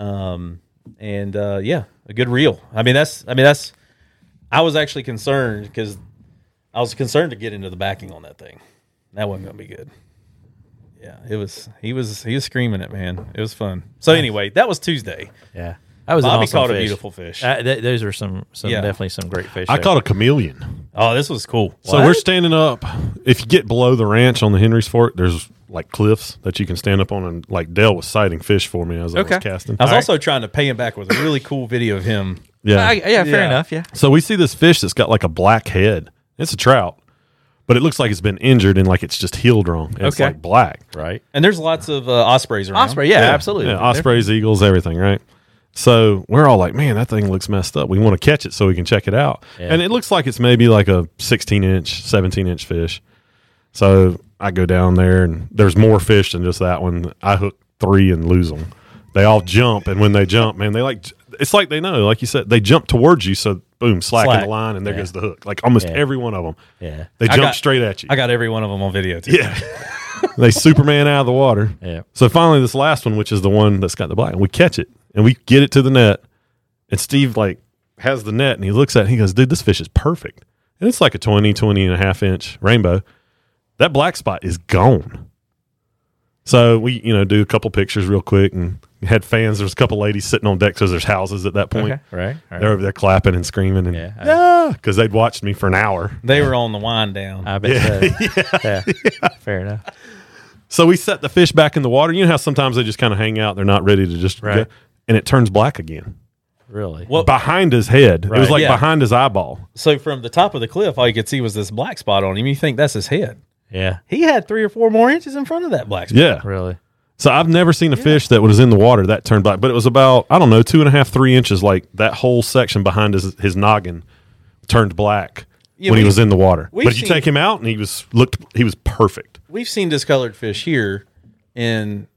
S3: Um, and uh, yeah, a good reel. I mean, that's, I mean, that's, I was actually concerned because I was concerned to get into the backing on that thing. That wasn't gonna be good. Yeah, it was. He was. He was screaming it, man. It was fun. So anyway, that was Tuesday.
S1: Yeah. That was an
S3: Bobby
S1: awesome
S3: caught
S1: fish.
S3: a beautiful fish.
S1: Uh, th- those are some, some
S3: Yeah.
S1: definitely some great fish.
S2: I
S1: there.
S2: caught a chameleon.
S3: oh, this was cool.
S2: So we're standing up. If you get below the ranch on the Henry's Fork, there's like cliffs that you can stand up on, and like Dale was sighting fish for me as I was casting.
S3: I was also trying to pay him back with a really cool video of him.
S2: yeah.
S1: I- yeah, fair
S3: Yeah.
S1: enough. Yeah.
S2: so we see this fish that's got like a black head. It's a trout, but it looks like it's been injured and like it's just healed wrong. And It's
S1: Okay.
S2: like black.
S1: Right.
S3: And there's lots of uh, ospreys around.
S1: Osprey. Yeah, absolutely.
S2: Yeah, ospreys, eagles, everything, right? So we're all like, man, that thing looks messed up. We want to catch it so we can check it out. And it looks like it's maybe like a 16 inch, 17 inch fish. So I go down there and there's more fish than just that one. I hook three and lose them. They all jump. And when they jump, man, they like, it's like they know, like you said, they jump towards you. So boom, slack, in
S3: Slack.
S2: the line and there goes the hook. Like almost every one of them.
S1: Yeah.
S2: They jump
S3: got-
S2: straight at you.
S3: I got every one of them on video. Too.
S2: Yeah. they Superman out of the water.
S1: Yeah.
S2: So finally, this last one, which is the one that's got the black, we catch it and we get it to the net. And Steve, like, has the net and he looks at it and he goes, dude, this fish is perfect. And it's like a 20, 20 and a half inch rainbow. That black spot is gone. So we, you know, do a couple pictures real quick and had fans. There's a couple ladies sitting on deck because there's houses at that point.
S1: Okay. Right. right.
S2: They're over there clapping and screaming and
S1: Yeah.
S2: yeah, because they'd watched me for an hour.
S3: They were on the wind down.
S1: I bet so. yeah. Fair enough.
S2: So we set the fish back in the water. You know how sometimes they just kind of hang out; they're not ready to just
S1: Right.
S2: go, and it turns black again
S1: Really.
S3: Well-
S2: behind his head. It was
S1: Right.
S2: like
S3: Yeah.
S2: behind his eyeball.
S3: So from the top of the cliff, all you could see was this black spot on him. You think that's his head?
S1: yeah.
S3: He had three or four more inches in front of that black spot.
S2: Yeah.
S1: Really.
S2: So I've never seen a fish that was in the water that turned black, but it was about I don't know two and a half, three inches. Like that whole section behind his his noggin turned black
S3: Yeah,
S2: when he
S3: we-
S2: was in the water.
S3: we've
S2: But you
S3: seen-
S2: take him out, and he was looked he was perfect.
S3: We've seen discolored fish here, in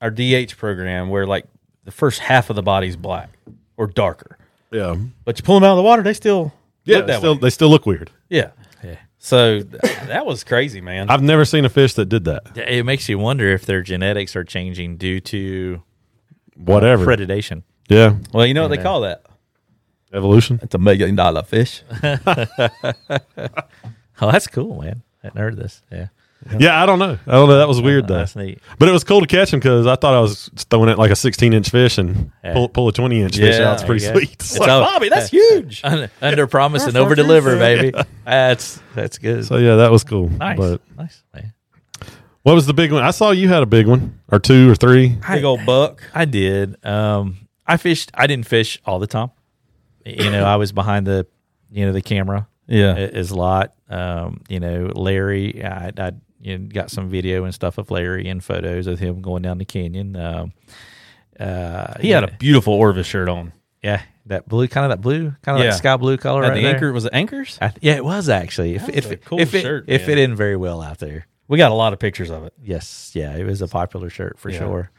S3: our DH program where like the first half of the body's black or darker,
S2: Yeah.
S3: but you pull them out of the water, they still
S2: Yeah.
S3: look
S2: They
S3: that
S2: still,
S3: way.
S2: they still look weird.
S3: Yeah.
S1: Yeah.
S3: So th- that was crazy, man.
S2: I've never seen a fish that did that.
S1: It makes you wonder if their genetics are changing due to
S2: Whatever.
S1: predation.
S2: Yeah.
S3: well, you know what they call that?
S2: Evolution.
S3: It's a million dollar fish.
S1: Oh, that's cool, man. I hadn't heard this. Yeah, Uh,
S2: Yeah. I don't know. I don't know. That was weird though.
S1: that's neat.
S2: But it was cool to catch him because I thought I was throwing at like a 16 inch fish and
S1: Yeah.
S2: pull, pull a 20 inch fish
S3: Yeah,
S2: out. It's pretty
S1: there you go.
S2: sweet. It's
S1: It's
S2: like,
S1: all-
S3: Bobby, that's huge.
S1: Un- under promise and over deliver, baby. That's that's good.
S2: so yeah, that was cool.
S1: nice,
S2: But
S1: nice. Man.
S2: what was the big one? I saw you had a big one or two or three.
S3: Big old buck.
S1: I did. Um, I fished. I didn't fish all the time. You know, I was behind the, you know, the camera i-
S3: Yeah.
S1: is a lot. Um, you know, Larry. I, I you know, got some video and stuff of Larry and photos of him going down the canyon. Um, uh,
S3: He had a beautiful Orvis shirt on.
S1: yeah, that blue kind of that blue kind of
S3: Yeah.
S1: that sky blue color.
S3: Had
S1: right
S3: the
S1: there.
S3: anchor was it anchors?
S1: I th- yeah, it was actually. If
S3: was
S1: if,
S3: a cool
S1: if it
S3: shirt,
S1: it
S3: man.
S1: fit in very well out there.
S3: We got a lot of pictures of it.
S1: Yes, yeah, it was a popular shirt for
S3: Yeah.
S1: sure.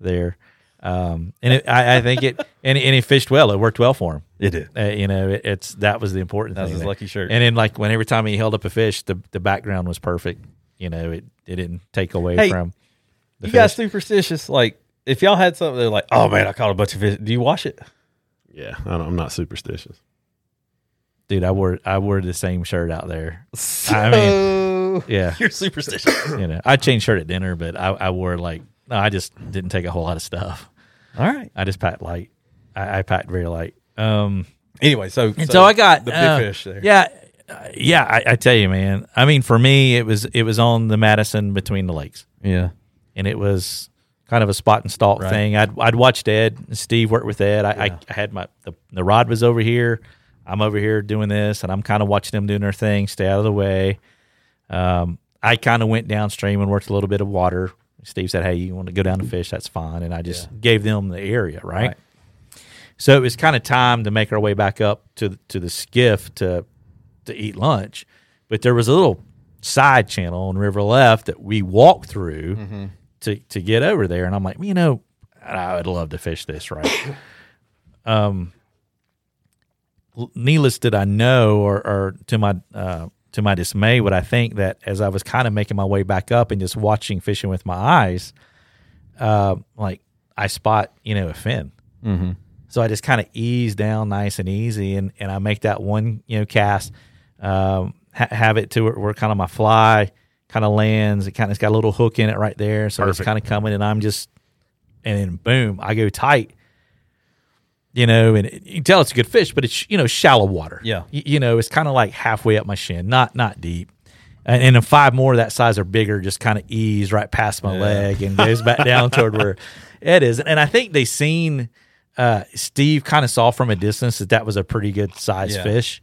S1: There, um, and it, I, I think it and, and he fished well. It worked well for him.
S3: It did.
S1: Uh, you know, it, it's that was the important
S3: That was
S1: thing.
S3: his
S1: there.
S3: lucky shirt.
S1: And then, like when every time he held up a fish, the the background was perfect. You know, it, it didn't take away
S3: Hey,
S1: from.
S3: you guys superstitious? Like, if y'all had something, they're like, "Oh man, I caught a bunch of fish." Do you wash it?
S2: Yeah. I don't, I'm not superstitious.
S1: Dude, I wore I wore the same shirt out there. I mean,
S3: Oh,
S1: yeah,
S3: you're superstitious.
S1: you know, I changed shirt at dinner, but I, I wore like no, I just didn't take a whole lot of stuff.
S3: All right.
S1: I just packed light. I, I packed very light. Um,
S3: Anyway, so
S1: and so, I got
S3: the big
S1: uh,
S3: fish there.
S1: Yeah, uh, yeah. I, I tell you, man. I mean, for me, it was it was on the Madison between the lakes,
S3: yeah.
S1: and it was kind of a spot and stalk
S3: Right.
S1: thing. I'd I'd watched Ed, and Steve worked with Ed. I, I, I had my the, the rod was over here. I'm over here doing this, and I'm kind of watching them doing their thing. Stay out of the way. Um, I kind of went downstream and worked a little bit of water. Steve said, "Hey, you want to go down to fish? That's fine." And I just gave them the area, right?
S3: Right.
S1: So it was kind of time to make our way back up to to the skiff to to eat lunch. But there was a little side channel on River Left that we walked through to to get over there, and I'm like, you know, I would love to fish this, right? l- needless did I know, or, or to my uh, to my dismay, would I think that as I was kind of making my way back up and just watching fishing with my eyes, uh, like I spot you know a fin. So I just kind of ease down nice and easy, and, and I make that one you know cast, um, ha- have it to where, where kind of my fly kind of lands. It kind of it's got a little hook in it right there, so it's
S2: Perfect.
S1: kind of coming, and I'm just, and then boom, I go tight you know, and it- you can tell it's a good fish, but it's you know shallow water.
S3: Yeah.
S1: Y- you know, it's kind of like halfway up my shin, not not deep. And, and then five more of that size or bigger just kind of ease right past my leg and goes back down toward where Ed is. And I think they seen uh, Steve kind of saw from a distance that that was a pretty good size
S3: Yeah.
S1: fish.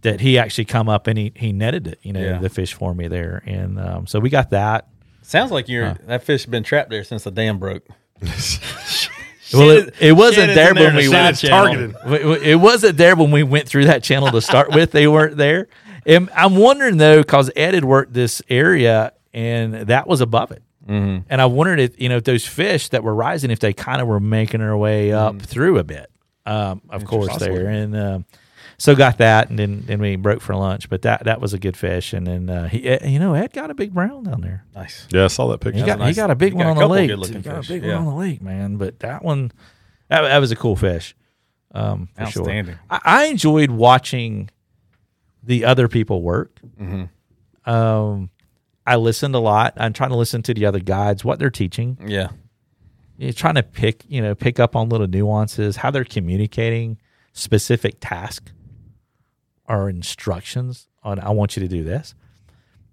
S1: That he actually come up and he, he netted it, you know,
S3: Yeah.
S1: the fish for me there, and um, so we got that.
S3: Sounds like you're that fish been trapped there since the dam broke.
S1: well, it, it wasn't
S3: Shannon's
S1: there
S3: in there
S1: when
S3: to
S1: we
S3: side
S1: went
S3: channel.
S2: Targeted.
S1: W- w- It wasn't there when we went through that channel to start with. They weren't there. And I'm wondering though, because Ed had worked this area and that was above it. Mm-hmm. And I wondered if you know if those fish that were rising, if they kind of were making their way up through a bit. Um, of course, there and um, so got that, and then then we broke for lunch. But that that was a good fish, and then uh, he you know Ed got a big brown down there.
S3: Nice.
S2: Yeah. I saw that picture.
S1: He got,
S3: was
S1: he
S3: nice.
S1: got a big
S3: He
S1: one
S3: got a
S1: on the
S3: couple
S1: lake.
S3: good-looking
S1: He got a
S3: fish,
S1: big one
S3: yeah.
S1: on the lake, man. But that one, that, that was a cool fish. Um, for sure.
S3: Outstanding.
S1: I, I enjoyed watching the other people work.
S3: Mm-hmm.
S1: Um, I listened a lot. I'm trying to listen to the other guides, what they're teaching.
S3: Yeah.
S1: You're trying to pick, you know, pick up on little nuances, how they're communicating specific task or instructions on I want you to do this.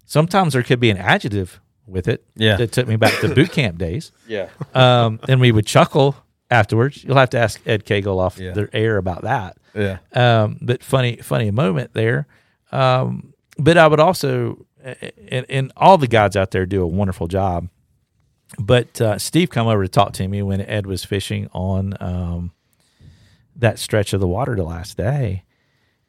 S1: Sometimes there could be an adjective with it.
S3: Yeah.
S1: That took me back to boot camp days.
S3: Yeah.
S1: Um, then we would chuckle afterwards. You'll have to ask Ed Cagle off
S3: Yeah.
S1: their air about that
S3: Yeah.
S1: um, but funny funny moment there. Um, but I would also, and, and all the guys out there do a wonderful job. But uh, Steve come over to talk to me when Ed was fishing on um, that stretch of the water the last day,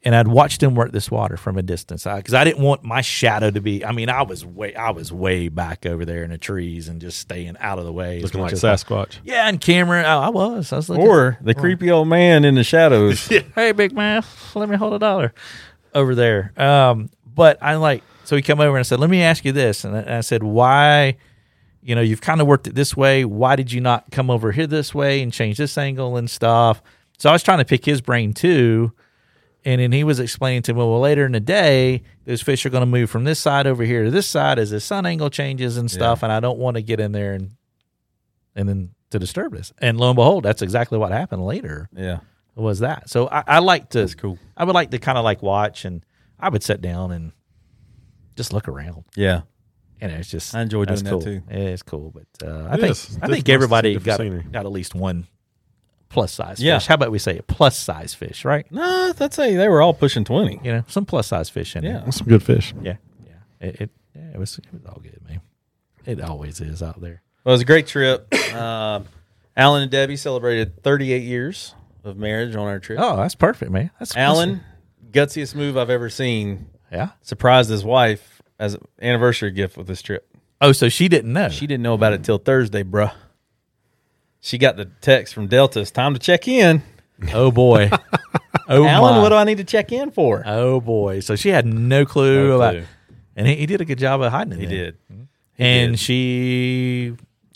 S1: and I'd watched them work this water from a distance because I, didn't want my shadow to be. I mean, I was way, I was way back over there in the trees and just staying out of the way. as
S2: Looking
S1: much
S2: like
S1: as I-
S2: Sasquatch.
S1: Yeah, and Cameron, I, I was, I was looking.
S3: Or the creepy old man in the shadows.
S1: hey, big man, let me hold a dollar over there. Um, but I like, so he come over and I said, let me ask you this, and I, and I said, why? You know, you've kind of worked it this way. Why did you not come over here this way and change this angle and stuff? So I was trying to pick his brain too. And then he was explaining to me, well, later in the day, those fish are going to move from this side over here to this side as the sun angle changes and stuff. And I don't want to get in there and and then to disturb this. And lo and behold, that's exactly what happened later.
S3: Yeah.
S1: Was that so? I, I like to.
S3: That's cool.
S1: I would like to kind of like watch, and I would sit down and just look around.
S3: Yeah.
S1: And it's just
S3: I enjoy doing
S1: that's
S3: that
S1: cool.
S3: too.
S1: Yeah, it's cool, but uh, I
S2: It
S1: think
S2: is. It's
S1: I
S2: nice to
S1: think
S2: see
S1: everybody
S2: different
S1: got
S2: scenery.
S1: got at least one plus size
S3: Yeah.
S1: fish. How about we say a plus size fish, right?
S3: No, that's a they were all pushing twenty.
S1: You know, some plus size fish in there.
S3: Yeah.
S2: That's some good fish.
S1: Yeah, yeah. It, it, yeah, it was it was all good, man. It always is out there.
S3: Well, it was a great trip. Um, Alan and Debbie celebrated 38 years of marriage on our trip.
S1: Oh, that's perfect, man. That's
S3: Alan, gutsiest move I've ever seen.
S1: yeah.
S3: Surprised his wife as an anniversary gift with this trip.
S1: Oh, so she didn't know.
S3: She didn't know about it till Thursday, bruh. She got the text from Delta. It's time to check in.
S1: oh boy. oh
S3: Alan,
S1: my.
S3: what do I need to check in for?
S1: oh boy. So she had no clue
S3: No
S1: about.
S3: clue.
S1: And he, he did a good job of hiding it.
S3: He did.
S1: and
S3: did.
S1: she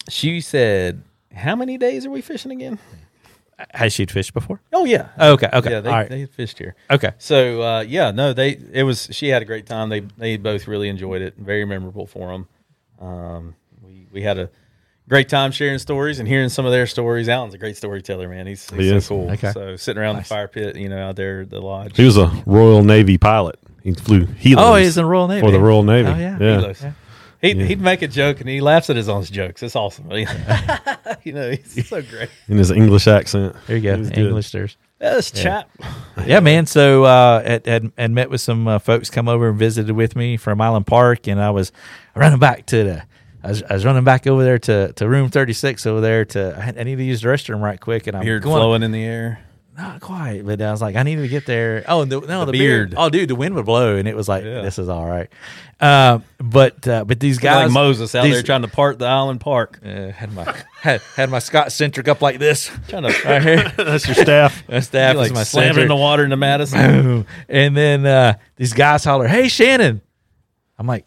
S3: She said, "How many days are we fishing again?"
S1: has she fished before?
S3: Oh yeah.
S1: Okay. Okay.
S3: Yeah, they,
S1: all right.
S3: they fished here.
S1: okay.
S3: So uh, yeah, no, they it was. She had a great time. They they both really enjoyed it. Very memorable for them. Um, we we had a great time sharing stories and hearing some of their stories. Alan's a great storyteller, man. He's, he's
S2: He
S3: so
S2: is.
S3: cool.
S1: Okay.
S3: So sitting around the fire pit, you know, out there at the lodge.
S2: He was a Royal Navy pilot. He flew helos.
S1: Oh, he's in the Royal Navy
S2: for the Royal Navy.
S1: Oh, yeah.
S2: yeah.
S3: He'd, he'd, he'd make a joke and he laughs at his own jokes. It's awesome. you know, he's so great.
S2: In his English accent.
S1: There you go.
S2: He was good.
S1: English there's.
S3: That's chap.
S1: Yeah, man. So uh, had, had had met with some uh, folks come over and visited with me from Island Park, and I was running back to the. I was, I was running back over there to, to room 36 over there to I, had- I need to use the restroom right quick and I'm
S3: Beard
S1: going
S3: flowing in the air.
S1: not quite but I was like I needed to get there oh and the, no the, beard.
S3: beard.
S1: oh dude the wind would blow and it was like
S3: Yeah.
S1: this is all right uh, but uh, but these guys
S3: like Moses out
S1: these-
S3: there trying to part the island park.
S1: uh, had my had, had my Scott centric up like this
S3: Trying to
S1: right here
S2: That's your staff.
S1: that's that
S3: like
S1: was my
S3: slamming in
S1: Centric.
S3: the water into Madison.
S1: Boom. And then uh, these guys holler, "Hey, Shannon!" I'm like,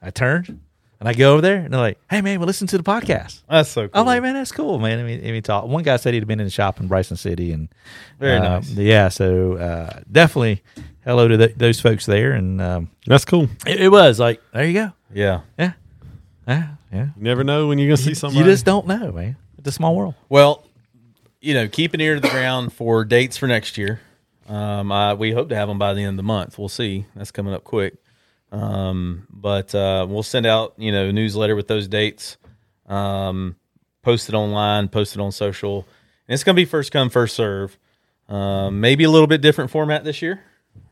S1: I turned and I go over there, and they're like, "Hey, man, well, listen to the podcast."
S3: That's so cool.
S1: I'm like, "Man, that's cool, man." And we, and we talk. One guy said he'd been in the shop in Bryson City, and
S3: Very
S1: uh,
S3: nice.
S1: Yeah, so uh, definitely, hello to th- those folks there, and um,
S2: That's cool. You
S1: it, it was like, there you go,
S3: Yeah.
S1: yeah, yeah, yeah.
S2: never know when you're going to see somebody.
S1: You just don't know, man. It's a small world.
S3: Well, you know, keep an ear to the ground for dates for next year. Um, I, we hope to have them by the end of the month. We'll see. That's coming up quick. Um, but uh, we'll send out you know a newsletter with those dates. Um, post it online, post it on social, and it's going to be first come first serve. Um, maybe a little bit different format this year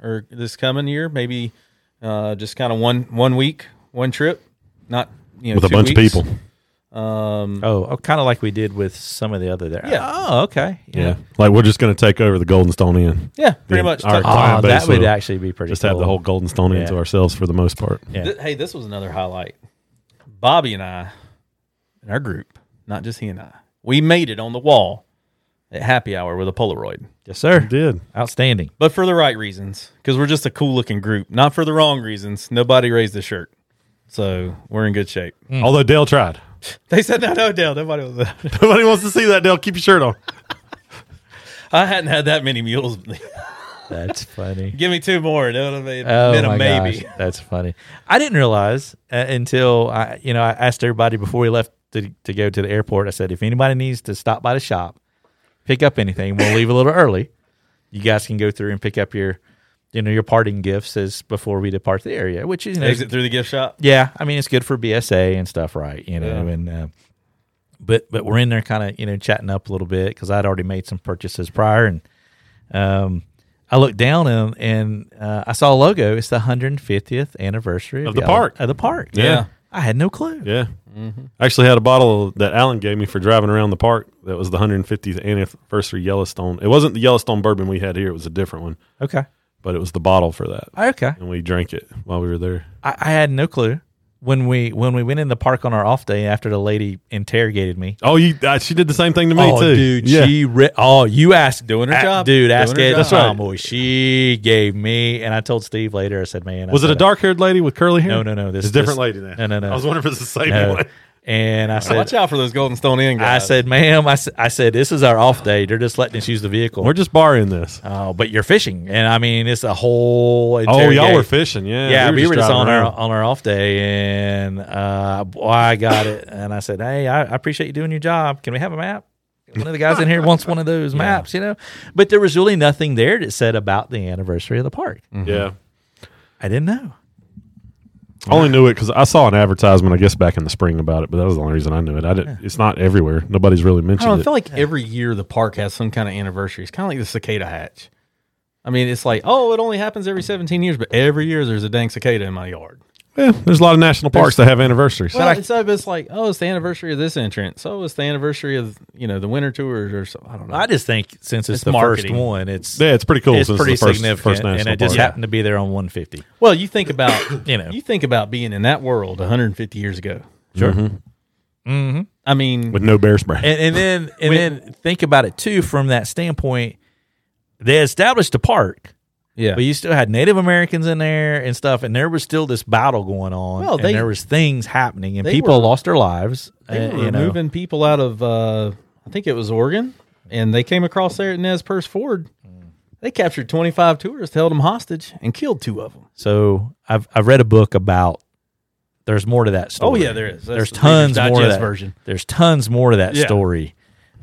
S3: or this coming year. Maybe uh, just kind of one one week, one trip, not you know
S2: with a
S3: two
S2: bunch of
S3: weeks.
S2: people.
S3: Um,
S1: Oh, kind of like we did with some of the other there.
S3: Yeah.
S1: Oh, okay.
S2: Yeah. Like we're just going to take over the Golden Stone Inn.
S3: yeah, pretty
S2: Yeah,
S3: much.
S2: all right.
S1: Oh,
S2: Client base
S1: that would
S2: will
S1: actually be pretty.
S2: Just have the
S1: cool.
S2: whole Golden Stone Inn
S1: Yeah.
S2: to ourselves for the most part.
S1: Ah, Yeah.
S3: Th- hey, this was another highlight. Bobby and I, in our group, not just he and I, we made it on the wall at happy hour with a Polaroid,
S1: Yes, sir.
S2: Did.
S1: Outstanding.
S3: but for the right reasons, because we're just a cool looking group, not for the wrong reasons. Nobody raised a shirt, so we're in good shape.
S1: Mm.
S2: Although Dale tried.
S3: They said no, no, Dale, nobody was.
S2: Nobody wants to see that, Dale. Keep your shirt on.
S3: I hadn't had that many mules.
S1: That's funny.
S3: Give me two more. You know what I mean?
S1: Oh
S3: Then a
S1: my
S3: maybe.
S1: gosh, that's funny. I didn't realize uh, until I, you know, I asked everybody before we left to, to go to the airport. I said, if anybody needs to stop by the shop, pick up anything, we'll leave a little early. You guys can go through and pick up your, you know, your parting gifts as before we depart the area, which is you know,
S3: Exit through the gift shop.
S1: yeah i mean it's good for bsa and stuff right you know
S3: Yeah.
S1: and uh, but but we're in there kind of you know chatting up a little bit because i'd already made some purchases prior and um i looked down and and uh, i saw a logo it's the 150th anniversary
S2: Of the
S1: Isle-
S2: park.
S1: of the park
S2: Yeah.
S1: i had no clue
S2: Yeah. I Mm-hmm. actually had a bottle that Alan gave me for driving around the park. That was the 150th anniversary Yellowstone. It wasn't the Yellowstone bourbon we had here. It was a different one.
S1: okay
S2: but it was the bottle for that,
S1: Okay.
S2: and we drank it while we were there.
S1: I, I had no clue when we when we went in the park on our off day after the lady interrogated me.
S2: Oh, you uh, she did the same thing to me
S1: oh,
S2: too,
S1: dude,
S2: Yeah.
S1: she re- oh you asked
S3: Doing her
S1: a-
S3: job.
S1: dude
S3: Doing
S1: ask
S3: her
S1: Ed
S3: job.
S2: That's right.
S1: Oh, Boy, she gave me and I told Steve later. I said, man, I
S2: was it
S1: said,
S2: a dark haired lady with curly hair?
S1: No, no, no. This
S2: It's a different
S1: this-
S2: lady now.
S1: No, no, no.
S2: I was wondering if it's the same
S1: no.
S2: one.
S1: And I said,
S3: Watch out for those Golden Stone Inn
S1: I
S3: guys.
S1: said, ma'am, I, s- I said, this is our off day. They're just letting us use the vehicle.
S2: We're just barring this.
S1: Oh, but you're fishing, and I mean, it's a whole.
S2: Oh, y'all
S1: interrogate-
S2: were fishing, yeah.
S1: Yeah, we were just,
S2: driving
S1: on
S2: around.
S1: our on our off day, and uh, boy, I got it. And I said, "Hey, I, I appreciate you doing your job. Can we have a map? One of the guys in here wants one of those maps, you know." But there was really nothing there that said about the anniversary of the park.
S2: Yeah,
S1: I didn't know.
S2: I only knew it because I saw an advertisement. I guess back in the spring about it, but that was the only reason I knew it. I didn't. It's not everywhere. Nobody's really
S3: I
S2: mentioned
S3: don't know, I
S2: it.
S3: feel like every year the park has some kind of anniversary. It's kind of like the cicada hatch. I mean, it's like, oh, it only happens every 17 years, but every year there's a dang cicada in my yard.
S2: yeah, there's a lot of national parks that have anniversaries.
S3: Well, it's, it's like, oh, it's the anniversary of this entrance. Oh, it's the anniversary of, you know, the winter tours or something. I don't know.
S1: I just think since it's,
S3: It's
S1: the
S3: marketing.
S1: first one, it's
S2: yeah, it's pretty cool.
S1: it's
S2: since
S1: pretty
S2: the first,
S1: significant,
S2: First national
S1: and it just
S2: park.
S1: happened to be there on 150.
S3: well, you think about,
S1: You know.
S3: you think about being in that world 150 years ago.
S1: Sure.
S3: I mean,
S2: Mm-hmm. with no bear spray.
S1: and, and then and then think about it too from that standpoint. They established a park,
S3: yeah.
S1: but you still had Native Americans in there and stuff, and there was still this battle going on.
S3: Well, they-
S1: and there was things happening, and
S3: they
S1: people
S3: were-
S1: lost their lives.
S3: They
S1: uh,
S3: were
S1: you know.
S3: moving people out of, uh, I think it was Oregon, and they came across there at Nez Perce Ford. They captured 25 tourists, held them hostage, and killed two of them.
S1: So I've I've read a book about. There's more to that story.
S3: Oh, yeah, there is. That's
S1: there's
S3: the
S1: tons
S3: Reader's
S1: more to
S3: Digest
S1: that
S3: version.
S1: There's tons more to that
S3: Yeah.
S1: story.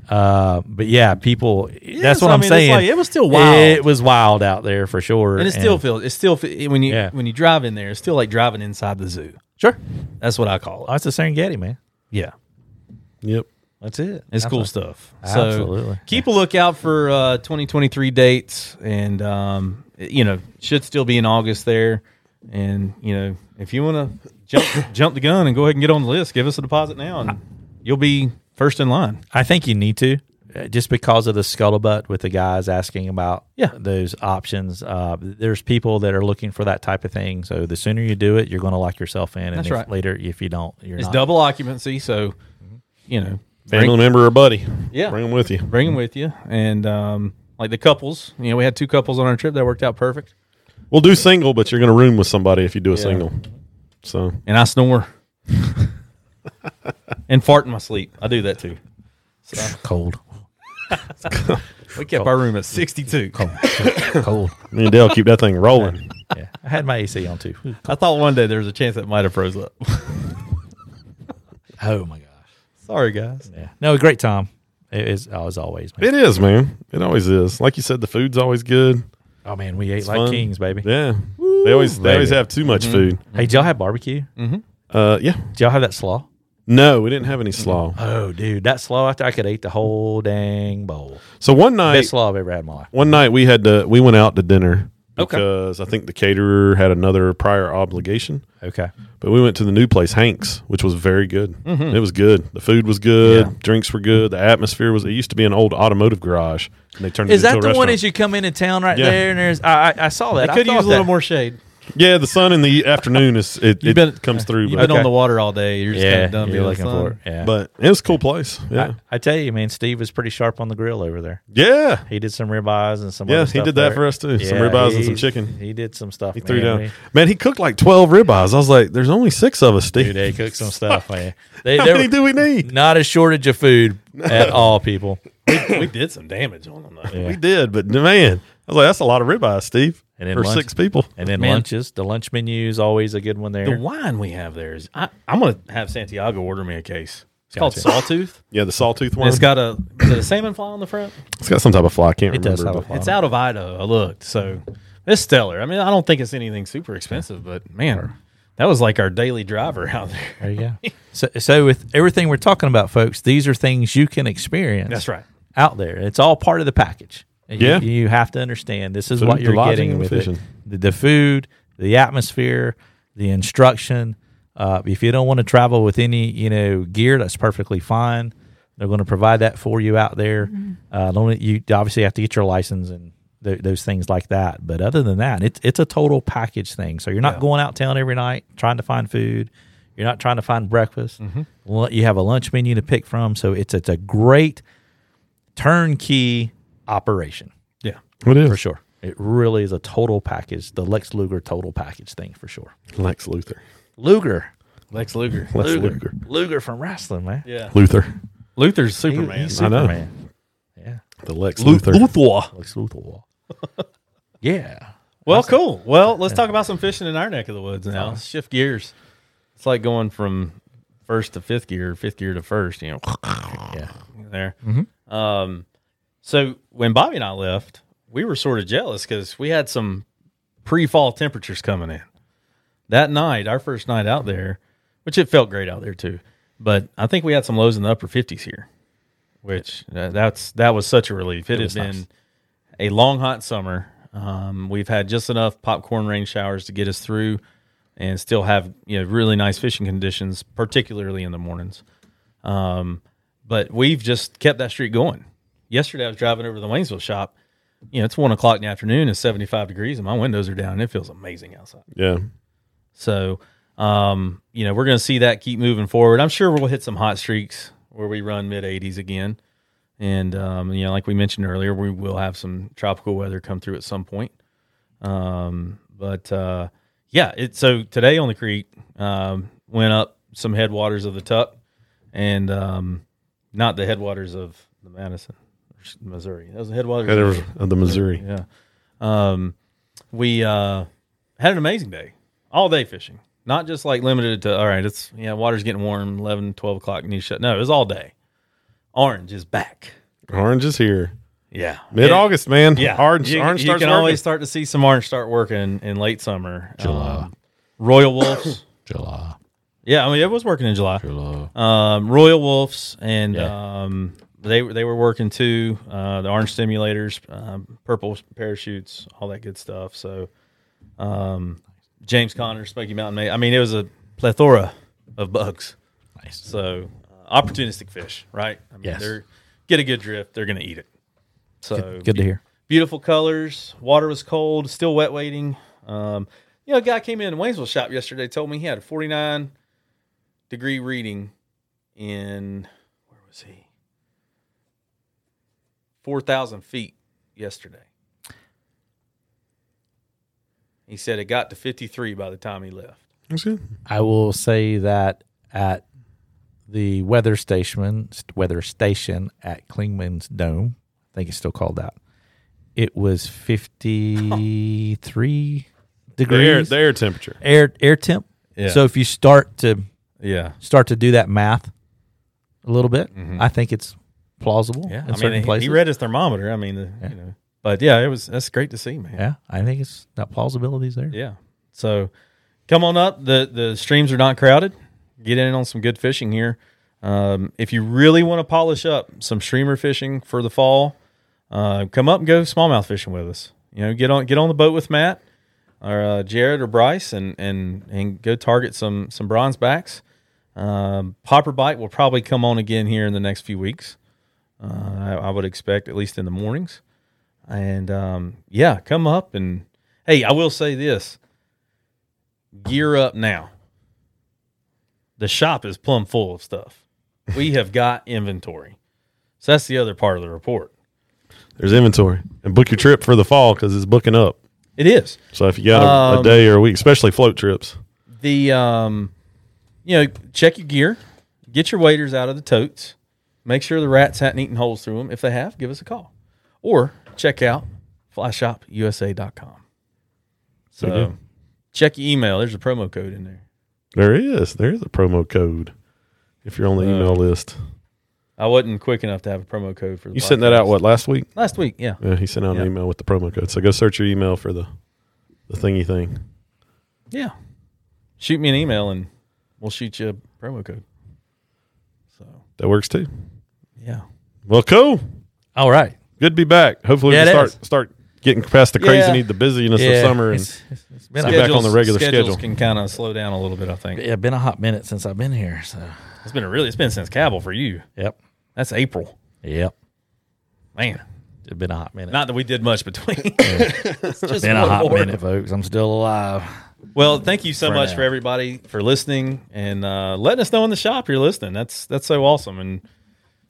S1: Uh, but yeah, people. that's
S3: Yes,
S1: what
S3: I
S1: am
S3: mean, it's
S1: saying.
S3: like- it was still wild.
S1: It was wild out there for sure,
S3: And it still feels, it's still, fe- when you,
S1: Yeah.
S3: when you drive in there, it's still like driving inside the zoo.
S1: sure.
S3: That's what I call
S1: Oh,
S3: it.
S1: it's the Serengeti, man.
S3: Yeah.
S2: yep.
S1: That's it.
S3: It's cool
S1: Absolutely.
S3: stuff.
S1: Absolutely.
S3: So keep a lookout for uh, 2023 dates, and um, it- you know should still be in August there. And you know if you want to jump jump the gun and go ahead and get on the list, give us a deposit now, and you'll be first in line.
S1: I think you need to, uh, just because of the scuttlebutt with the guys asking about
S3: Yeah.
S1: those options. Uh, there's people that are looking for that type of thing. So the sooner you do it, you're going to lock yourself in. And
S3: That's
S1: if
S3: right.
S1: later, if you don't, you're
S3: It's
S1: not.
S3: double occupancy, so
S1: Mm-hmm.
S3: you know
S2: Family
S3: bring,
S2: member or buddy.
S3: Yeah.
S2: Bring them with you.
S3: bring them with you, and um, like the couples. You know we had two couples on our trip that worked out perfect,
S2: We'll do single, but you're going to room with somebody if you do a single. So
S3: and I snore. and fart in my sleep. I do that too.
S1: cold,
S3: We kept our room at 62.
S1: cold.
S2: me and Dale keep that thing rolling.
S1: yeah, I had my AC on too.
S3: I thought one day there was a chance that might have froze up.
S1: Oh my gosh.
S3: Sorry, guys.
S1: Yeah. No, great time. It is oh, as always.
S2: It
S1: Man.
S2: is, man. It always is. Like you said, the food's always good.
S1: Oh man, we ate like
S2: fun.
S1: kings, baby.
S2: Yeah. they always they always
S1: baby.
S2: have too much food.
S1: Hey, did y'all have barbecue?
S2: Uh, yeah.
S1: Did y'all have that slaw?
S2: No, we didn't have any slaw.
S1: Oh, dude, that slaw after I could eat the whole dang bowl.
S2: So one night,
S1: Best slaw I've ever had in my life.
S2: one night we had to we went out to dinner
S1: Okay.
S2: because I think the caterer had another prior obligation.
S1: Okay.
S2: But we went to the new place, Hanks, which was very good.
S1: Mm-hmm.
S2: It was good. The food was good. Drinks were good. The atmosphere was. It used to be an old automotive garage, and they turned
S1: Is
S2: it into
S1: that
S2: a
S1: the one
S2: restaurant.
S1: as you come into town right
S2: Yeah.
S1: there? And there's I, I, I saw that.
S3: I could
S1: thought
S3: use a little
S1: that-
S3: more shade.
S2: yeah, the sun in the afternoon is it, it
S3: been-
S2: comes through.
S3: You've
S2: But,
S3: been on the water all day. You're just
S1: Yeah,
S3: kind of done
S1: you're
S3: being
S1: looking
S3: sun.
S1: for it. Yeah,
S2: but it was a cool place. Yeah,
S1: I, I tell you, man, Steve was pretty sharp on the grill over there.
S2: yeah.
S1: He did some ribeyes and some.
S2: Yeah,
S1: other
S2: he
S1: stuff
S2: did that
S1: there.
S2: for us, too. Some ribeyes and some
S1: he's-
S2: chicken.
S1: He did some stuff.
S2: He threw
S1: man.
S2: down. Man, he cooked like twelve ribeyes. I was like, "There's only six of us,
S1: Dude,
S2: Steve.
S1: they cooked some stuff, man. They,
S2: How
S1: there
S2: many
S1: were
S2: do we need?"
S1: Not a shortage of food at all, people.
S3: we did some damage on them. Though.
S2: We did, but man, I was like, "That's a lot of ribeyes, Steve,
S1: And then
S2: for
S1: lunch.
S2: six people."
S1: And then
S3: Man.
S1: lunches. The lunch menu is always a good one there.
S3: The wine we have there is. I, I'm going to have Santiago order me a case. It's called Sawtooth.
S2: Yeah, the sawtooth one.
S3: And it's got a is it a salmon fly on the front.
S2: it's got some type of fly. I can't
S1: It
S2: remember.
S1: does have a
S2: but-
S1: fly.
S3: It's out of Idaho. I looked, so it's stellar. I mean, I don't think it's anything super expensive, but man, that was like our daily driver out there.
S1: There you go. so, so with everything we're talking about, folks, these are things you can experience.
S3: That's right.
S1: Out there, it's all part of the package. And you-
S2: Yeah.
S1: you, have to understand this is
S2: Food,
S1: what
S2: the
S1: you're
S2: lodging,
S1: getting
S2: and
S1: with
S2: the
S1: it.
S2: fishing.
S1: The, the food, the atmosphere, the instruction. Uh, if you don't want to travel with any, you know, gear, that's perfectly fine. They're going to provide that for you out there. Uh, don't, you obviously have to get your license and th- those things like that. But other than that, it's it's a total package thing. So you're not going out town every night trying to find food. You're not trying to find breakfast.
S2: Mm-hmm.
S1: Lu- You have a lunch menu to pick from. So it's it's a great turnkey operation
S3: Yeah.
S2: What is
S1: for sure. It really is a total package, the Lex Luger total package thing for sure.
S2: Lex Luthor?
S1: Luger,
S3: Lex Luger.
S2: Lex
S1: Luger,
S2: Luger.
S1: Luger from wrestling, man.
S3: Yeah.
S2: Luthor.
S3: Luther's
S1: He-
S3: Superman.
S1: he's
S2: I know.
S1: Superman. Yeah,
S2: The Lex
S3: Lu-
S2: Luthor.
S3: Luthor.
S1: Lex Luthor. yeah.
S3: Well, cool. Well, let's talk about some fishing in our neck of the woods now. Let's shift gears. It's like going from first to fifth gear, fifth gear to first. You know,
S1: Yeah.
S3: there.
S1: Mm-hmm.
S3: Um, so when Bobby and I left, we were sort of jealous because we had some pre-fall temperatures coming in. That night, our first night out there, which it felt great out there too, but I think we had some lows in the upper fifties here, which uh, that's that was such a relief. It, had
S1: was
S3: been
S1: nice.
S3: a long hot summer. Um, we've had just enough popcorn rain showers to get us through, and still have you know really nice fishing conditions, particularly in the mornings. Um, but we've just kept that streak going. Yesterday, I was driving over to the Waynesville shop. You know, it's one o'clock in the afternoon. It's seventy-five degrees, and my windows are down. And it feels amazing outside.
S2: Yeah.
S3: So, um, you know, we're going to see that keep moving forward. I'm sure we'll hit some hot streaks where we run mid 80s again. And, um, you know, like we mentioned earlier, we will have some tropical weather come through at some point. Um, but, uh, yeah, it, so today on the creek, um, went up some headwaters of the Tuck and, um, not the headwaters of the Madison, Missouri. That was the headwaters. of-
S2: Head of the Missouri.
S3: yeah. Um, we uh, had an amazing day, all day fishing. Not just like limited to, all right, it's, yeah, water's getting warm, 11, 12 o'clock, need to shut. No, it was all day. Orange is back.
S2: Orange is here.
S3: Yeah.
S2: Mid August, man.
S3: Yeah.
S2: Orange,
S3: you,
S2: orange
S3: you
S2: starts
S3: can
S2: working.
S3: always start to see some orange start working in late summer. July. Royal Wolves.
S6: July.
S3: yeah. I mean, it was working in July.
S6: July.
S3: Um, Royal Wolves, and um, they were- they were working too. Uh, the orange stimulators, um, purple parachutes, all that good stuff. So, um, James Connor, Smoky Mountain Mate. I mean, it was a plethora of bugs.
S1: Nice.
S3: So, uh, opportunistic fish, right? I mean,
S1: Yes.
S3: They're get a good drift, they're going to eat it. So
S1: Good to hear.
S3: beautiful colors. Water was cold, still wet waiting. Um, you know, a guy came in Waynesville shop yesterday, told me he had a 49 degree reading in where was he? 4,000 feet yesterday. He said it got to 53 by the time he left.
S2: That's good.
S1: I will say that at the weather station, weather station at Klingman's Dome, I think it's still called that. It was fifty-three
S2: The air,
S1: degrees
S2: the air temperature.
S1: air air temp.
S3: Yeah.
S1: So if you start to
S3: Yeah.
S1: start to do that math a little bit, I think it's plausible
S3: Yeah.
S1: in
S3: I
S1: certain
S3: mean, he-
S1: places.
S3: he read his thermometer. I mean, the, you know, but yeah, it was, that's great to see, man.
S1: yeah, I think it's that plausibility's there.
S3: Yeah. So come on up. The the streams are not crowded. Get in on some good fishing here. Um, if you really want to polish up some streamer fishing for the fall, uh, come up and go smallmouth fishing with us. You know, get on get on the boat with Matt or uh, Jared or Bryce and and and go target some some bronze backs. Um, popper bite will probably come on again here in the next few weeks. Uh, I, I would expect at least in the mornings. And um, yeah, come up and hey, I will say this: gear up now. The shop is plumb full of stuff. We have got inventory. So that's the other part of the report.
S2: There's inventory. And book your trip for the fall because it's booking up.
S3: It is
S2: So if you got a,
S3: Um,
S2: a day or a week, especially float trips,
S3: the um, you know, check your gear, get your waders out of the totes, make sure the rats hadn't eaten holes through them. If they have, give us a call, or check out flyshopusa.com. So check your email. There's a promo code in there.
S2: there is there is a promo code if you're on the email list.
S3: I wasn't quick enough to have a promo code for the
S2: You sent that out
S3: podcast.
S2: what last week?
S3: last week. Yeah,
S2: Yeah, he sent out
S3: Yeah.
S2: an email with the promo code. So go search your email for the the thingy thing.
S3: yeah. Shoot me an email and we'll shoot you a promo code. So
S2: That works too.
S3: yeah,
S2: Well, cool.
S1: All right.
S2: Good to be back. Hopefully
S1: Yeah,
S2: we
S1: it
S2: can start start getting past the
S3: Yeah.
S2: crazy need, the busyness of summer, and
S1: It's- it's- it's been
S2: Get
S1: a,
S2: back on the regular
S3: schedules
S2: schedule.
S3: can kind of slow down a little bit. I think
S1: yeah, been a hot minute since I've been here. So
S3: it's been a really it's been since Cabell for you.
S1: yep,
S3: That's April,
S1: yep.
S3: man.
S1: It's been a hot minute.
S3: Not that we did much between.
S1: it's been a hot minute, folks. I'm still alive.
S3: Well, thank you so
S1: For
S3: much
S1: now.
S3: for everybody for listening and uh, letting us know in the shop you're listening. That's that's so awesome and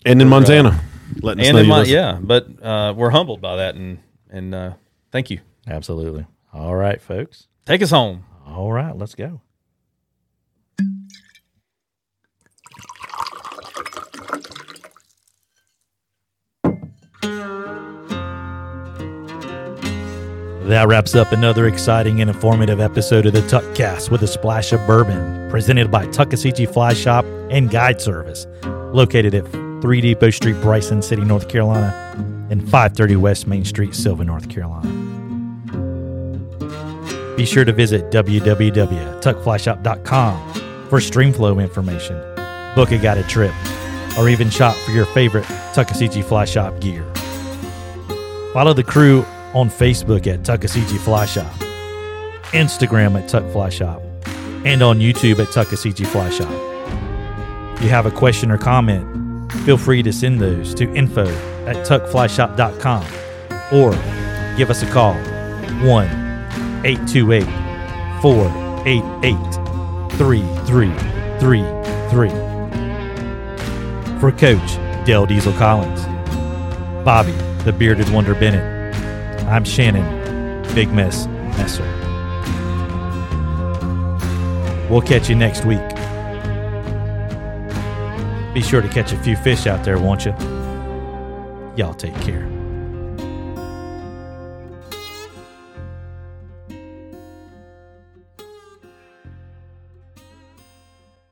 S2: And in Montana, letting us
S3: and
S2: know
S3: in
S2: you
S3: my,
S2: listen.
S3: yeah, but uh, we're humbled by that and and uh, thank you.
S1: Absolutely. All right, folks.
S3: Take us home.
S1: All right, let's go. That wraps up another exciting and informative episode of the Tuckcast with a splash of bourbon, presented by Tuckasegee Fly Shop and Guide Service, located at 3 Depot Street, Bryson City, North Carolina, and 530 West Main Street, Silva, North Carolina. Be sure to visit www.tuckflyshop.com for streamflow information, book a guided trip, or even shop for your favorite Tuckasegee Fly Shop gear. Follow the crew on Facebook at Tuckasegee Fly Shop, Instagram at Tuck Fly Shop, and on YouTube at Tuckasegee Fly Shop. If you have a question or comment, feel free to send those to info at tuckflyshop.com or give us a call 1 828 488 3333. For Coach Dell Diesel Collins, Bobby the Bearded Wonder Bennett, I'm Shannon Big Mess Messer. We'll catch you next week. Be sure to catch a few fish out there, won't you? Y'all take care.